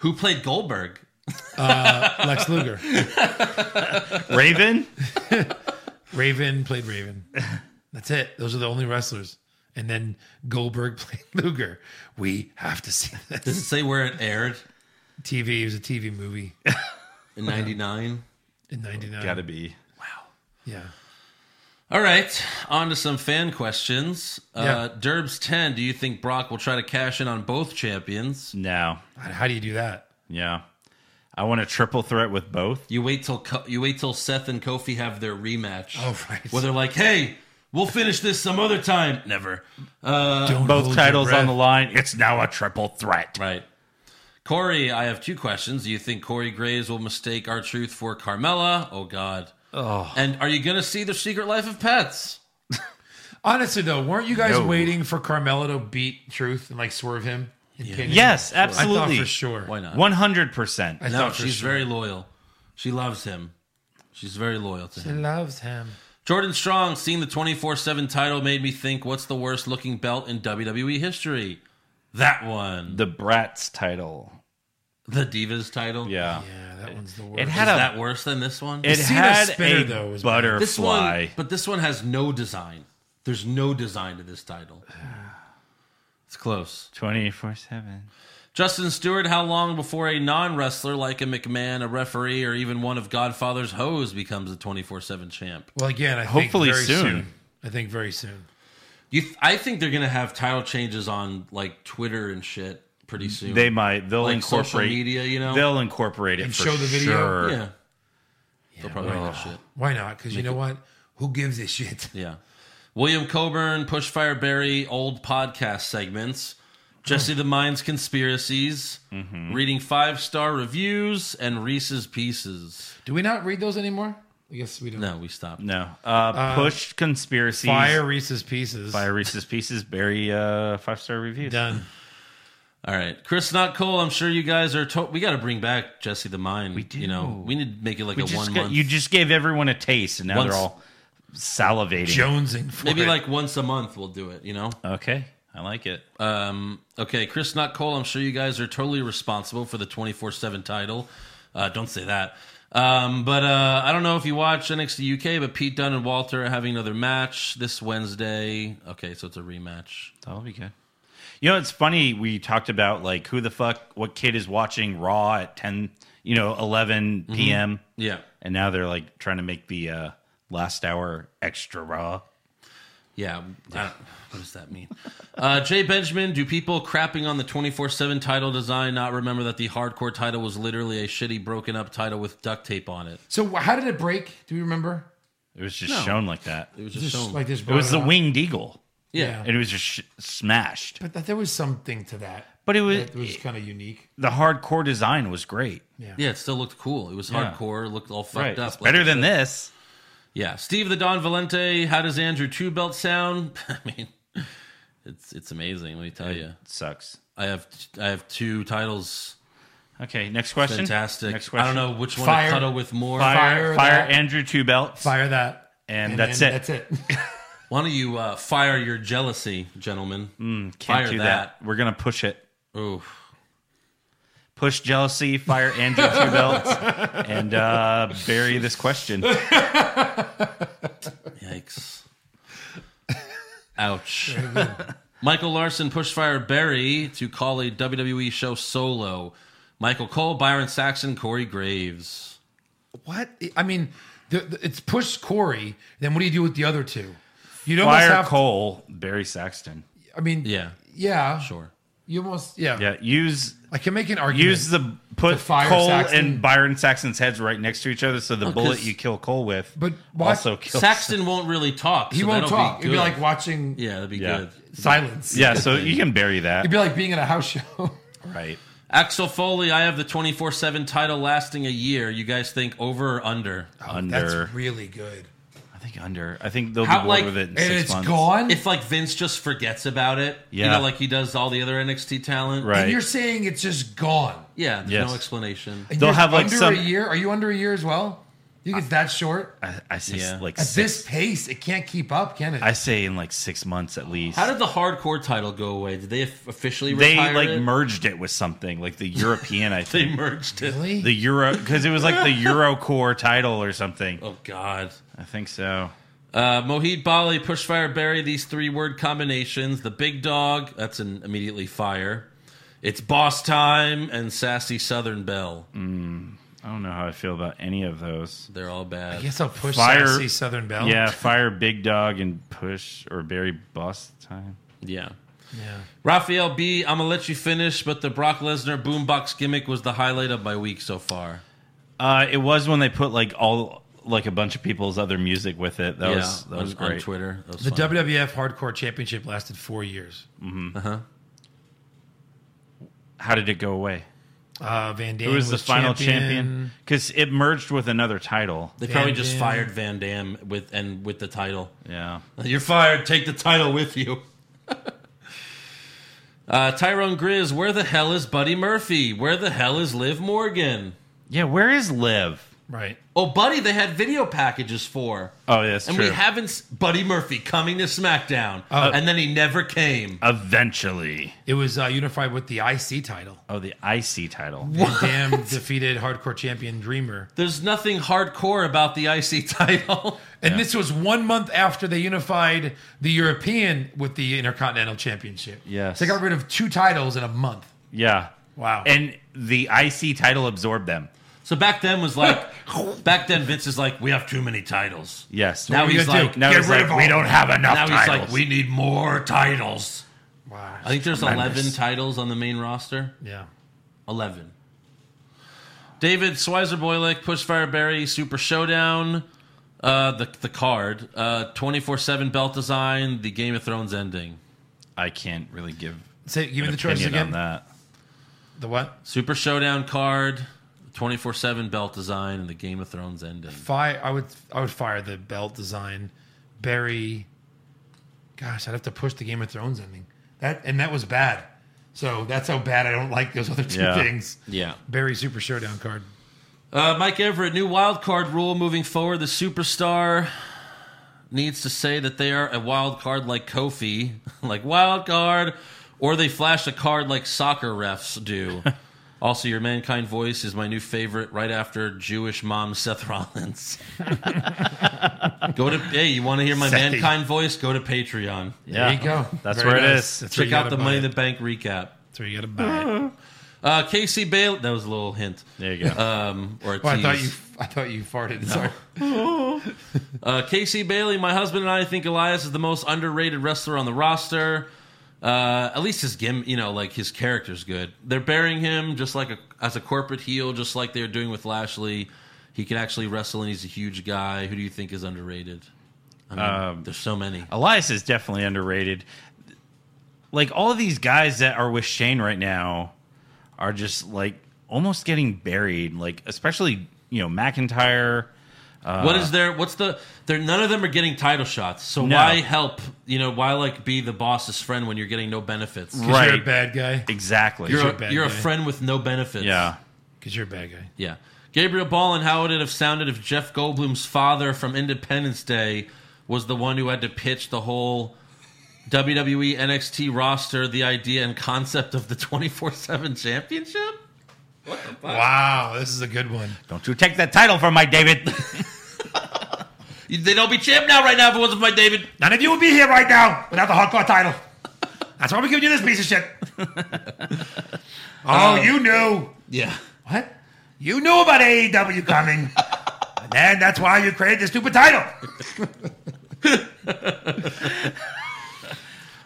S5: Who played Goldberg?
S7: Lex Luger.
S5: (laughs)
S6: Raven?
S7: Raven played Raven. (laughs) That's it. Those are the only wrestlers. And then Goldberg (laughs) played Luger. We have to see (laughs)
S5: Does
S7: this.
S5: it say where it aired?
S7: TV. It was a TV movie
S5: In ninety nine.
S7: in '99.
S6: Gotta be.
S7: Yeah.
S5: All right, on to some fan questions. Uh, Derbs ten. Do you think Brock will try to cash in on both champions?
S6: No.
S7: How how do you do that?
S6: Yeah. I want a triple threat with both.
S5: You wait till Co- you wait till Seth and Kofi have their rematch.
S7: Oh, right.
S5: Where they're like, "Hey, we'll finish this some other time." Never.
S7: Don't
S6: Both
S7: hold
S6: titles
S7: your
S6: on the
S7: breath.
S6: line. It's now a triple threat.
S5: Right. Corey, I have two questions. Do you think Corey Graves will mistake our truth for Carmella? Oh God. Oh. And are you going to see the Secret Life of Pets?
S7: Honestly, though, weren't you guys
S6: No.
S7: waiting for Carmelo to beat Truth and like swerve him? and pin him?
S6: Yes,
S7: I
S6: absolutely.
S7: thought for sure.
S5: Why not?
S6: 100%.
S7: I
S5: no,
S7: thought for
S5: she's
S7: sure.
S5: very loyal. She loves him. She's very loyal to him.
S7: loves him.
S5: Jordan Strong seeing the 24 7 title made me think, what's the worst looking belt in WWE history? That one.
S6: The Bratz title.
S5: The Divas title.
S6: Yeah.
S7: Yeah, that one's the worst.
S6: It
S5: Is
S6: had a
S5: that worse than this one?
S6: it
S7: Cena
S6: had
S7: spinner,
S6: a
S7: though, was bad.
S6: butterfly.
S5: this one, but this one has no design. There's no design to this title. (sighs) It's close.
S6: 24 7.
S5: Justin Stewart, how long before a non wrestler like a McMahon, a referee, or even one of Godfather's hoes becomes a 24 7 champ?
S7: well, again, I
S6: Hopefully
S7: think very
S6: soon.
S7: soon. I think very soon.
S5: You th- I think they're going to have title changes on like Twitter and shit pretty soon.
S6: They might. They'll
S5: Like social
S6: incorporate
S5: media, you know?
S6: They'll incorporate it
S7: And
S6: for
S7: show the video?
S6: sure.
S5: Yeah. They'll probably make that shit.
S7: Why not? Because you know what? Who gives a shit? (laughs)
S5: Yeah. William Coburn, Pushfire Barry, old podcast segments, Jesse the Mind's conspiracies,
S6: Mm-hmm.
S5: reading five star reviews, and Reese's Pieces.
S7: Do we not read those anymore? I guess we don't.
S5: No, we stopped.
S6: No. Uh, push conspiracies.
S7: Fire Reese's Pieces.
S6: Fire Reese's Pieces. Barry uh, five star reviews.
S7: Done.
S5: All right. Chris Not Cole, I'm sure you guys are. To- we got to bring back Jesse the Mind. We do. You know, we need to make it like
S6: We
S5: a
S6: just
S5: one
S6: got-
S5: month.
S6: You just gave everyone a taste, and now
S5: Once-
S6: they're all salivating.
S7: Jonesing for
S5: Maybe
S7: it.
S5: like once a month we'll do it, you know?
S6: Okay, I like it.
S5: Um, okay, Chris Not Cole, I'm sure you guys are totally responsible for the 24 7 title. Uh, don't say that. Um, but uh, I don't know if you watch NXT UK, but Pete Dunne and Walter are having another match this Wednesday. Okay, so it's a rematch.
S6: That'll be good. You know, it's funny. We talked about like who the fuck, what kid is watching Raw at ten, you know, eleven
S5: Mm-hmm.
S6: p.m.
S5: Yeah.
S6: and now they're like trying to make the uh, last hour extra Raw.
S5: Yeah. I don't- what does that mean? Uh, Jay Benjamin, do people crapping on the 24 7 title design not remember that the hardcore title was literally a shitty, broken up title with duct tape on it?
S7: So wh- how did it break? Do you remember?
S6: It was just
S5: No.
S6: shown like that.
S5: It was just Just shown.
S7: like this
S6: it was the
S7: broken up.
S6: winged eagle.
S7: Yeah.
S6: and it was just sh- smashed.
S7: But that there was something to that.
S6: But it was-
S7: that was kind of unique.
S6: The hardcore design was great.
S7: Yeah.
S5: Yeah, it still looked cool. It was
S6: Yeah.
S5: hardcore, it looked all fucked
S6: Right.
S5: up.
S6: It's
S5: like
S6: better
S5: you
S6: than
S5: said.
S6: this.
S5: Yeah, Steve the Don Valente. How does Andrew Two Belt sound? (laughs) I mean, it's it's amazing. Let me tell you,
S6: It sucks.
S5: I have I have two titles.
S6: Okay, next question.
S5: Fantastic.
S6: Next question.
S5: I don't know which one
S7: Fire.
S5: to cuddle with more.
S6: Fire,
S7: Fire
S6: fire,
S7: that.
S6: Andrew two belts,
S7: Fire that.
S6: and, that's
S7: then
S6: it.
S7: That's it. (laughs)
S5: Why don't you uh, fire your jealousy, gentlemen?
S6: Hmm, Can't
S5: fire
S6: do
S5: that.
S6: that. We're gonna push it.
S5: Oof.
S6: Push jealousy, fire Andrew two belts, and uh, bury this question. (laughs)
S5: Yikes. Ouch. (laughs) Michael Larson pushed fire Barry to call a WWE show solo. Michael Cole, Byron Saxon, Corey Graves.
S7: what? I mean, the, the, it's pushed Corey. Then what do you do with the other two? (laughs) You don't
S6: Fire
S7: have.
S6: Cole, Barry Sexton.
S7: I mean, yeah.
S5: Yeah, sure.
S7: You almost. Yeah.
S6: Yeah, use
S7: I can make an argument.
S6: use the put
S7: To fire
S6: Cole
S7: Saxton.
S6: and Byron Saxton's heads right next to each other, so the
S5: Oh, 'cause-
S6: bullet you kill Cole with,
S7: But why-
S6: also kills
S5: Saxton won't really talk.
S7: He
S5: so
S7: won't
S5: that'll
S7: talk.
S5: Be
S7: It'd be
S5: good.
S7: like watching
S5: yeah, that'd be
S6: Yeah.
S5: good.
S7: silence.
S6: Yeah, so you can bury that.
S7: It'd be like being at a house show.
S6: Right.
S5: Axel Foley, I have the 24 7 title lasting a year. You guys think over or under?
S6: Under.
S7: "Oh, That's really good.
S6: I think under. I think they'll
S5: How,
S6: be bored
S5: like-
S6: with it in
S7: And
S6: six
S7: it's
S6: months.
S7: gone.
S5: If like Vince just forgets about it, you
S6: Yeah.
S5: know, like he does all the other NXT talent.
S6: Right.
S7: And you're saying it's just gone.
S5: Yeah, there's
S6: Yes.
S5: no explanation.
S7: And
S6: They'll
S7: you're
S6: have, like,
S7: under
S6: some-
S7: a year. Are you under a year as well? You think it's that short?
S6: I, I say
S5: Yeah.
S6: like
S7: At
S6: six,
S7: this pace, it can't keep up, can it?
S6: I say in like six months at least.
S5: How did the hardcore title go away? Did they f- officially
S6: they
S5: retire
S6: like
S5: it?
S6: merged it with something (laughs) like the European? I
S5: they
S6: think
S5: merged it.
S7: really?
S6: the Euro because it was like (laughs) the Eurocore title or something.
S5: Oh God.
S6: I think so.
S5: Uh, Mohit Bali, Pushfire Barry, these three word combinations. The Big Dog, that's an immediately fire. It's Boss Time and Sassy Southern Belle.
S6: I don't know how I feel about any of those.
S5: They're all bad.
S7: I guess I'll push
S6: Fire-
S7: Sassy Southern Belle.
S6: Yeah, fire Big Dog and push or Barry Boss time.
S5: Yeah. Raphael B, I'm gonna let you finish, but the Brock Lesnar boombox gimmick was the highlight of my week so far.
S6: Uh, it was when they put like all like a bunch of people's other music with it. That
S5: yeah,
S6: was that
S5: on,
S6: was
S5: on
S6: great.
S5: Twitter. That was
S7: The
S5: fun.
S7: WWF Hardcore Championship lasted four years.
S6: How did it go away?
S7: Uh, Van Dam
S6: Who was the final champion? Because it merged with another title.
S5: they probably just
S7: Dam.
S5: fired Van Dam with and with the title. (laughs)
S6: Yeah,
S5: You're fired. Take the title with you. (laughs) uh, Tyrone Grizz, where the hell is Buddy Murphy? Where the hell is Liv Morgan?
S6: yeah. Where is Liv?
S7: Right.
S5: Oh, Buddy, they had video packages for.
S6: Oh, yeah, that's
S5: and
S6: true. Oh.
S5: we haven't s- Buddy Murphy coming to SmackDown, and then he never came.
S6: Eventually.
S7: It was uh, unified with the IC
S6: (laughs)
S7: title.
S6: Oh, the IC title.
S7: Van Dam defeated Hardcore Champion Dreamer.
S5: There's nothing hardcore about the IC (laughs) title.
S7: And this was one month after they unified the European with the Intercontinental Championship.
S6: Yes.
S7: So they got rid of two titles in a month.
S6: Yeah.
S7: Wow.
S6: And the IC title absorbed them.
S5: so back then was
S6: (laughs)
S5: like, back then Vince is like, we have too many titles.
S6: Yes.
S5: Now
S7: you
S5: he's
S7: gonna do?
S5: like,
S6: now
S7: Get
S6: he's
S7: rid
S6: like,
S7: of all
S6: we
S7: of
S6: don't
S7: them."
S6: have enough
S5: now he's
S6: titles.
S5: like, we need more titles.
S7: Wow.
S5: I think there's 11
S6: Tremendous.
S5: titles on the main roster.
S7: yeah.
S5: 11. David Swizer Boylek, Pushfire Barry, Super Showdown, uh, the, the card, 24 7 belt design, the Game of Thrones ending.
S6: I can't really give
S7: Say, give me
S6: an
S7: the choice
S6: opinion on
S7: again.
S6: that.
S7: The what?
S5: Super Showdown card, 24 7 belt design, and the Game of Thrones ending.
S7: Fire. I would. I would fire the belt design. Barry. Gosh, I'd have to push the Game of Thrones ending. That and that was bad. So that's how bad I don't like those other two
S6: Yeah.
S7: things.
S5: Yeah.
S7: Barry Super Showdown card.
S5: Uh, Mike Everett, new wild card rule moving forward. The superstar needs to say that they are a wild card like (laughs)
S6: (laughs)
S5: Kofi, like wild card, or they flash a card like soccer refs do. Also, your mankind voice is my new favorite, right after Jewish mom Seth (laughs) Rollins. go to hey, you want to hear my
S6: Sethy.
S5: mankind voice? Go to Patreon.
S6: Yeah. There you go. That's Very where it nice. is. That's where
S5: Check
S6: you
S5: out
S6: gotta
S5: the
S6: buy
S5: Money
S6: it.
S5: in the Bank recap.
S7: That's where you got to
S5: (laughs)
S7: buy it.
S5: Uh, Casey Bailey. That was a little hint. There
S7: you go.
S5: Um, or a
S7: Well, I thought
S5: tease.
S7: you, I thought you farted.
S5: No.
S7: Sorry.
S5: Uh, Casey Bailey, my husband and I think Elias is the most underrated wrestler on the roster. Uh, at least his gim, you know, like his character's good. They're burying him just like a, as a corporate heel, just like they're doing with Lashley. He can actually wrestle, and he's a huge guy. Who do you think is underrated? I mean,
S6: Um,
S5: there's so many.
S6: Elias is definitely underrated. Like all of these guys that are with Shane right now are just like almost getting buried. Like especially you know McIntyre. Uh,
S5: what is their? What's the? They're none of them are getting title shots. So
S6: No.
S5: why help? You know, why like be the boss's friend when you're getting no benefits?
S7: 'Cause Right. you're a bad guy.
S6: Exactly.
S5: You're,
S7: You're
S5: a,
S7: a bad
S5: you're a
S7: guy.
S5: friend with no benefits.
S6: Yeah.
S7: Because you're a bad guy.
S5: Yeah. Gabriel Ballin, how would it have sounded if Jeff Goldblum's father from Independence Day was the one who had to pitch the whole E WWE NXT roster, the idea and concept of the 24 7 championship? What the fuck?
S7: Wow, this is a good one.
S6: Don't you take that title from my David? (laughs)
S5: They don't be champ now, right now, if it wasn't for my David.
S7: None of you would be here right now without the hardcore title. That's why we giving you this piece of shit. oh,
S2: Um,
S7: you knew.
S5: Yeah.
S7: What? You knew about AEW coming. and then that's why you created this stupid title.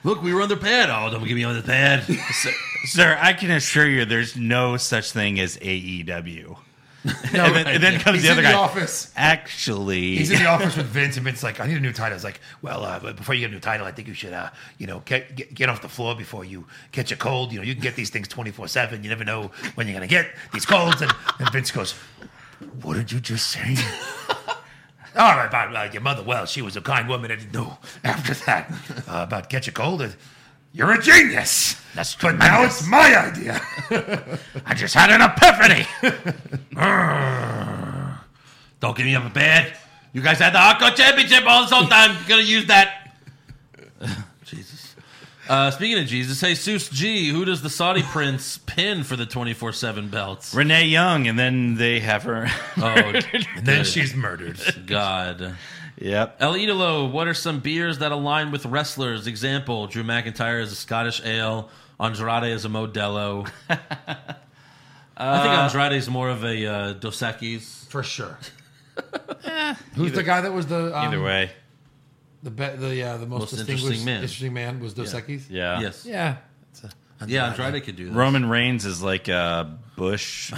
S5: Look, we were on the pad. Oh, don't give me on the pad.
S6: sir, sir, I can assure you there's no such thing as AEW.
S5: (laughs)
S6: and then, and then comes
S7: He's
S6: the other
S7: in the
S6: guy.
S7: office.
S6: Actually,
S7: He's in the office with Vince, and Vince's like, "I need a new title." It's like, "Well, uh, but before you get a new title, I think you should, uh, you know, get, get get off the floor before you catch a cold. You know, you can get these things twenty four seven. You never know when you're gonna get these colds." And, and Vince goes, "What did you just say?" (laughs) All right, about uh, your mother. Well, she was a kind woman. I didn't know after that uh, about catch a cold. uh, You're a genius. That's But now it's my idea. (laughs) I just had an epiphany.
S5: Don't give me up a pad. You guys had the Hardcore Championship all this whole time. You're going to use that. (laughs) Jesus. Uh, speaking of Jesus, hey, Seuss G, who does the Saudi prince pin for the 24 7 belts? (laughs)
S6: Renee Young, and then they have her.
S5: Uh,
S6: murdered.
S5: and then she's murdered. God.
S6: (laughs) Yep.
S5: El Idolo, what are some beers that align with wrestlers? Example, Drew McIntyre is a Scottish ale, Andrade is a (laughs) Modelo. I think Andrade is more of a uh, Dos Equis.
S7: For sure.
S5: Who's Either- the guy that was
S7: the um,
S5: either way.
S7: The be- the uh, the most,
S5: Most
S7: distinguished
S5: interesting man.
S7: interesting man was Dos
S5: Yeah.
S7: Equis?
S6: Yeah.
S5: Yes.
S7: Yeah. It's a-
S5: Yeah, Andrade could do that.
S6: Roman Reigns is like a Bush.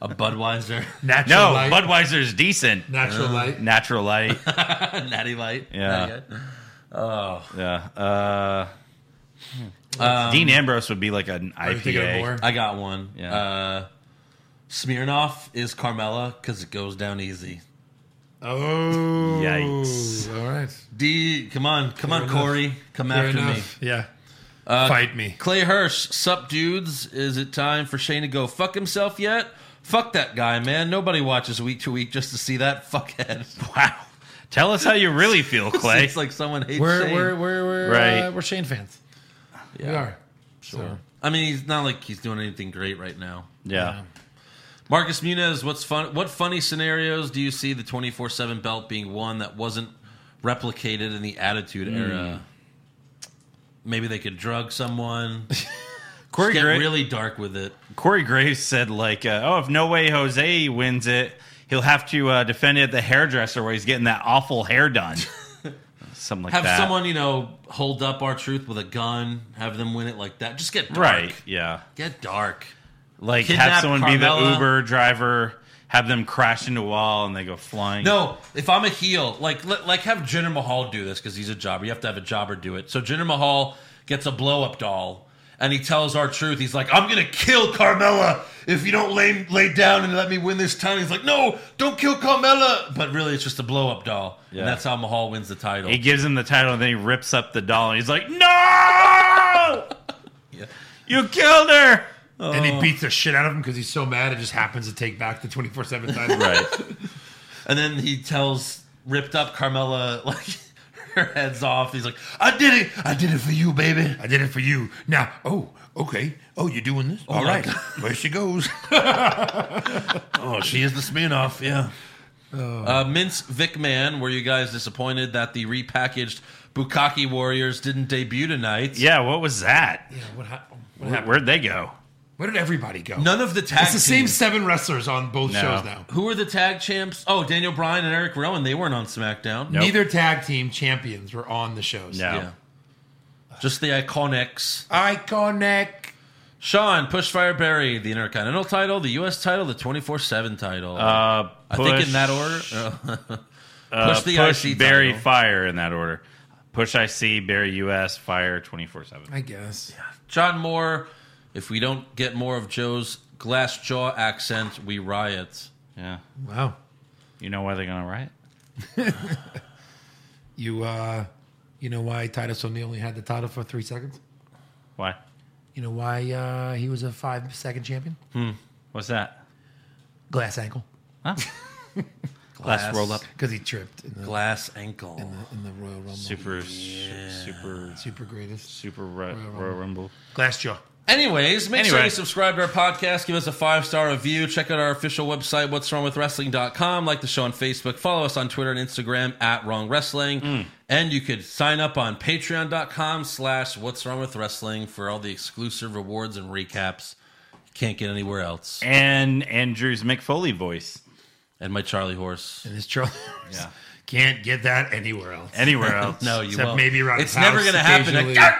S5: a Budweiser.
S7: Natural
S6: no,
S7: light.
S6: Budweiser is decent.
S7: Natural
S6: Uh,
S7: light.
S6: Natural light.
S5: (laughs) Natty Light.
S6: Yeah.
S5: Not yet. Oh.
S6: yeah. Uh,
S5: Um,
S6: Dean Ambrose would be like an IPA.
S5: I got one.
S6: Yeah.
S5: Uh, Smirnoff is Carmella because it goes down easy.
S7: Oh.
S5: Yikes.
S7: All right.
S5: D, come on, come
S7: Fair
S5: on,
S7: enough.
S5: Corey, come
S7: Fair
S5: after
S7: enough.
S5: me.
S7: (laughs) Yeah.
S5: Uh,
S7: Fight me.
S5: Clay Hirsch, sup dudes? Is it time for Shane to go fuck himself yet? Fuck that guy, man. Nobody watches week to week just to see that (laughs) fuckhead.
S6: Wow. Tell us how you really feel,
S5: (laughs)
S6: Clay.
S5: it's like someone hates
S7: We're,
S5: Shane.
S7: we're we're we're
S6: Right.
S7: uh, we're Shane fans. We are.
S5: Sure.
S7: So-
S5: I mean, he's not like he's doing anything great right now.
S6: Yeah.
S5: Marcus Muniz, what's fun? What funny scenarios do you see the twenty four seven belt being one that wasn't replicated in the Attitude
S6: Hmm.
S5: era? Maybe they could drug
S6: (laughs)
S5: someone.
S6: Corey
S5: Just get
S6: Gra-
S5: really dark with it.
S6: Corey Graves said like, uh, "Oh, if no way Jose wins it, he'll have to uh, defend it at the hairdresser where he's getting that awful
S5: (laughs)
S6: hair done." Something like
S5: have
S6: that.
S5: someone you know hold up our truth with a gun. Have them win it like that. Just get dark.
S6: right? Yeah.
S5: Get dark.
S6: Like have
S5: Kidnap
S6: someone be the
S5: Carmella.
S6: Uber driver, have them crash into a wall, and they go flying.
S5: No, if I'm a heel, like let, like have Jinder Mahal do this because he's a jobber. You have to have a jobber do it. So Jinder Mahal gets a blow up doll, and he tells our truth. He's like, "I'm gonna kill Carmella if you don't lay lay down and let me win this time." He's like, "No, don't kill Carmella," but really, it's just a blow up doll,
S6: Yeah.
S5: and that's how Mahal wins the title.
S6: He gives him the title, and then he rips up the doll, and he's
S5: (laughs)
S6: like, "No, you killed her!"
S7: And he beats the shit out of him because he's so mad. It just happens to take back the twenty four (laughs) seven title.
S6: Right.
S5: and then he tells ripped up Carmella (laughs) like her head's off. He's like, I did it. I did it for you, baby.
S7: I did it for you. Now, oh, okay. Oh, you're doing this?
S5: Oh
S7: All
S5: my
S7: right.
S5: God.
S7: Where she (laughs) goes.
S5: Oh, she is the Smirnoff. Yeah.
S6: Oh.
S5: Uh, Mince Vic Man, were you guys disappointed that the repackaged Bukaki Warriors didn't debut tonight?
S6: Yeah, what was that?
S7: Yeah, what, hap- what
S6: Where,
S7: happened?
S6: would they go?
S7: Where did everybody go?
S5: None of the tag
S7: It's the same
S5: teams.
S7: seven wrestlers on both
S6: No.
S7: shows now.
S5: Who were the tag champs? Oh, Daniel Bryan and Eric Rowan. They weren't on SmackDown.
S7: Neither tag team champions were on the shows.
S6: No.
S5: Yeah. Just the Iconics.
S7: Iconic.
S5: Sean, Pushfire Barry, the Intercontinental title, the U.S. title, the 24 7 title.
S6: Uh,
S5: I think in
S6: push-
S5: that order. (laughs)
S6: Uh,
S5: push the IC
S6: Barry
S5: title.
S6: Fire in that order. Push IC, Barry US, Fire 24 7.
S7: I guess.
S5: John Moore, if we don't get more of Joe's glass jaw accent, we riot.
S6: Yeah.
S7: Wow.
S6: You know why they're going to riot?
S7: You uh you know why Titus O'Neil only had the title for three seconds?
S6: Why?
S7: You know why uh he was a five second champion?
S6: What's that?
S7: Glass ankle.
S5: (laughs)
S6: Huh? Glass roll up.
S7: Because he tripped in the,
S5: Glass ankle.
S7: in the in the Royal Rumble.
S6: Super, super,
S7: Super greatest.
S6: super Ro- Royal Rumble.
S7: Glass jaw.
S5: Anyways, make sure
S6: Anyway.
S5: you subscribe to our podcast, give us a five star review, check out our official website, what's wrong with wrestling.com, like the show on Facebook, follow us on Twitter and Instagram at wrong wrestling.
S7: Hmm.
S5: And you could sign up on patreon.com slash what's wrong with wrestling for all the exclusive rewards and recaps. You can't get anywhere else.
S6: And Andrew's McFoley voice.
S5: And my Charlie horse.
S7: And his Charlie.
S6: Yeah.
S7: (laughs) Can't get that anywhere else.
S6: Anywhere else.
S5: (laughs) No, oh, you
S7: Except
S5: won't.
S7: maybe around
S5: It's
S7: his
S5: never
S7: house
S5: gonna happen.
S7: occasionally
S5: Like,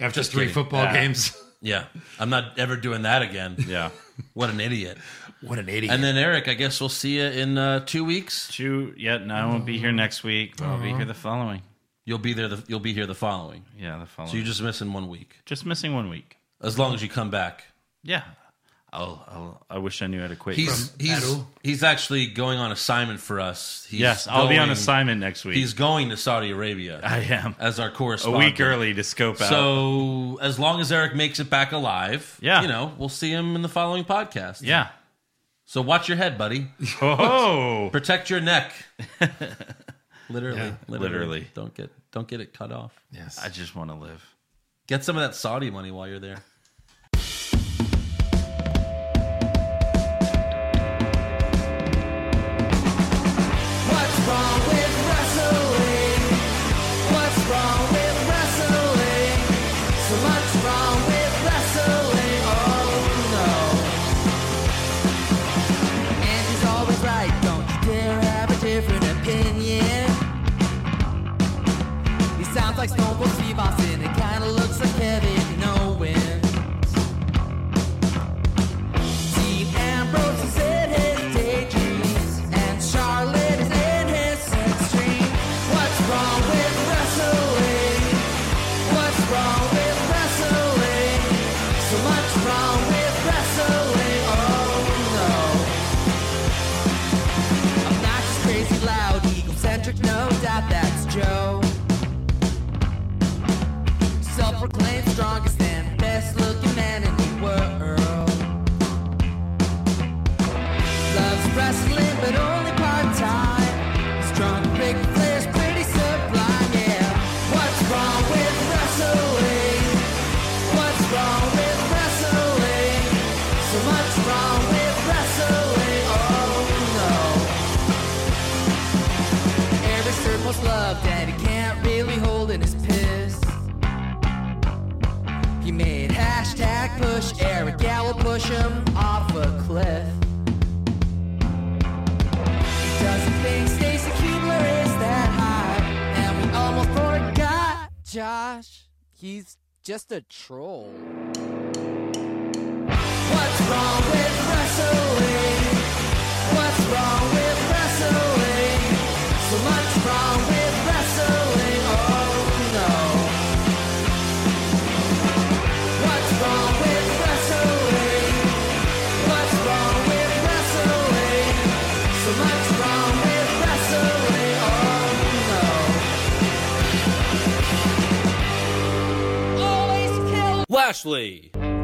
S7: After
S5: Just
S7: three
S5: kidding.
S7: football
S6: Yeah.
S7: games.
S5: yeah. I'm not ever doing that again.
S6: Yeah.
S5: What an idiot.
S7: What an idiot.
S5: And then Eric, I guess we'll see you in uh, two weeks.
S6: Two, yeah, no, I won't be here next week, but I'll be
S5: Uh-huh.
S6: here the following.
S5: You'll be there. The, you'll be here the following.
S6: Yeah, the following.
S5: So you're just missing one week.
S6: just missing one week.
S5: As long as you come back.
S6: Yeah. I'll, I'll, I wish I knew how to quit.
S5: He's he's
S7: Battle.
S5: he's actually going on assignment for us. He's
S6: yes, I'll be on
S5: going-
S6: assignment next week.
S5: He's going to Saudi Arabia.
S6: I am.
S5: as our
S6: a
S5: correspondent.
S6: week early to scope out.
S5: So as long as Eric makes it back alive,
S6: Yeah.
S5: you know, we'll see him in the following podcast.
S6: yeah.
S5: So watch your head, buddy.
S6: Oh,
S5: Protect your
S6: (laughs)
S5: neck. literally, literally,
S6: literally.
S5: Don't get don't get it cut off.
S7: yes.
S6: I just want to live.
S5: Get some of that Saudi money while you're there.
S2: What's wrong with wrestling? What's wrong with wrestling? So much wrong with wrestling. Oh no. And she's always right. Don't you dare have a different opinion. He sounds like Stone Cold Steve Austin. It kinda looks like Kevin Owens. Dean Ambrose is in his daydreams, and Charlotte is in his sex dream. What's wrong with wrestling? What's wrong with wrestling? So much wrong with wrestling. Oh no. Obnoxious, crazy, loud, egocentric, no doubt that's Joe. Self proclaimed strongest and best looking man in the world. Loves wrestling, but only part time. Strong, big players, pretty sublime, yeah. What's wrong with wrestling? What's wrong with wrestling? So much wrong with wrestling, oh no. Every circle's love that he can't really hold in his piss. He made hashtag push Eric Gallo push him off a cliff. He doesn't think Stacy Kubler is that high, and we almost forgot Josh. He's just a troll. What's wrong with wrestling? What's wrong with wrestling? So much wrong with wrestling. Oh no. What's wrong with wrestling? What's wrong with wrestling? So much wrong with wrestling. Oh no.
S3: Lashley.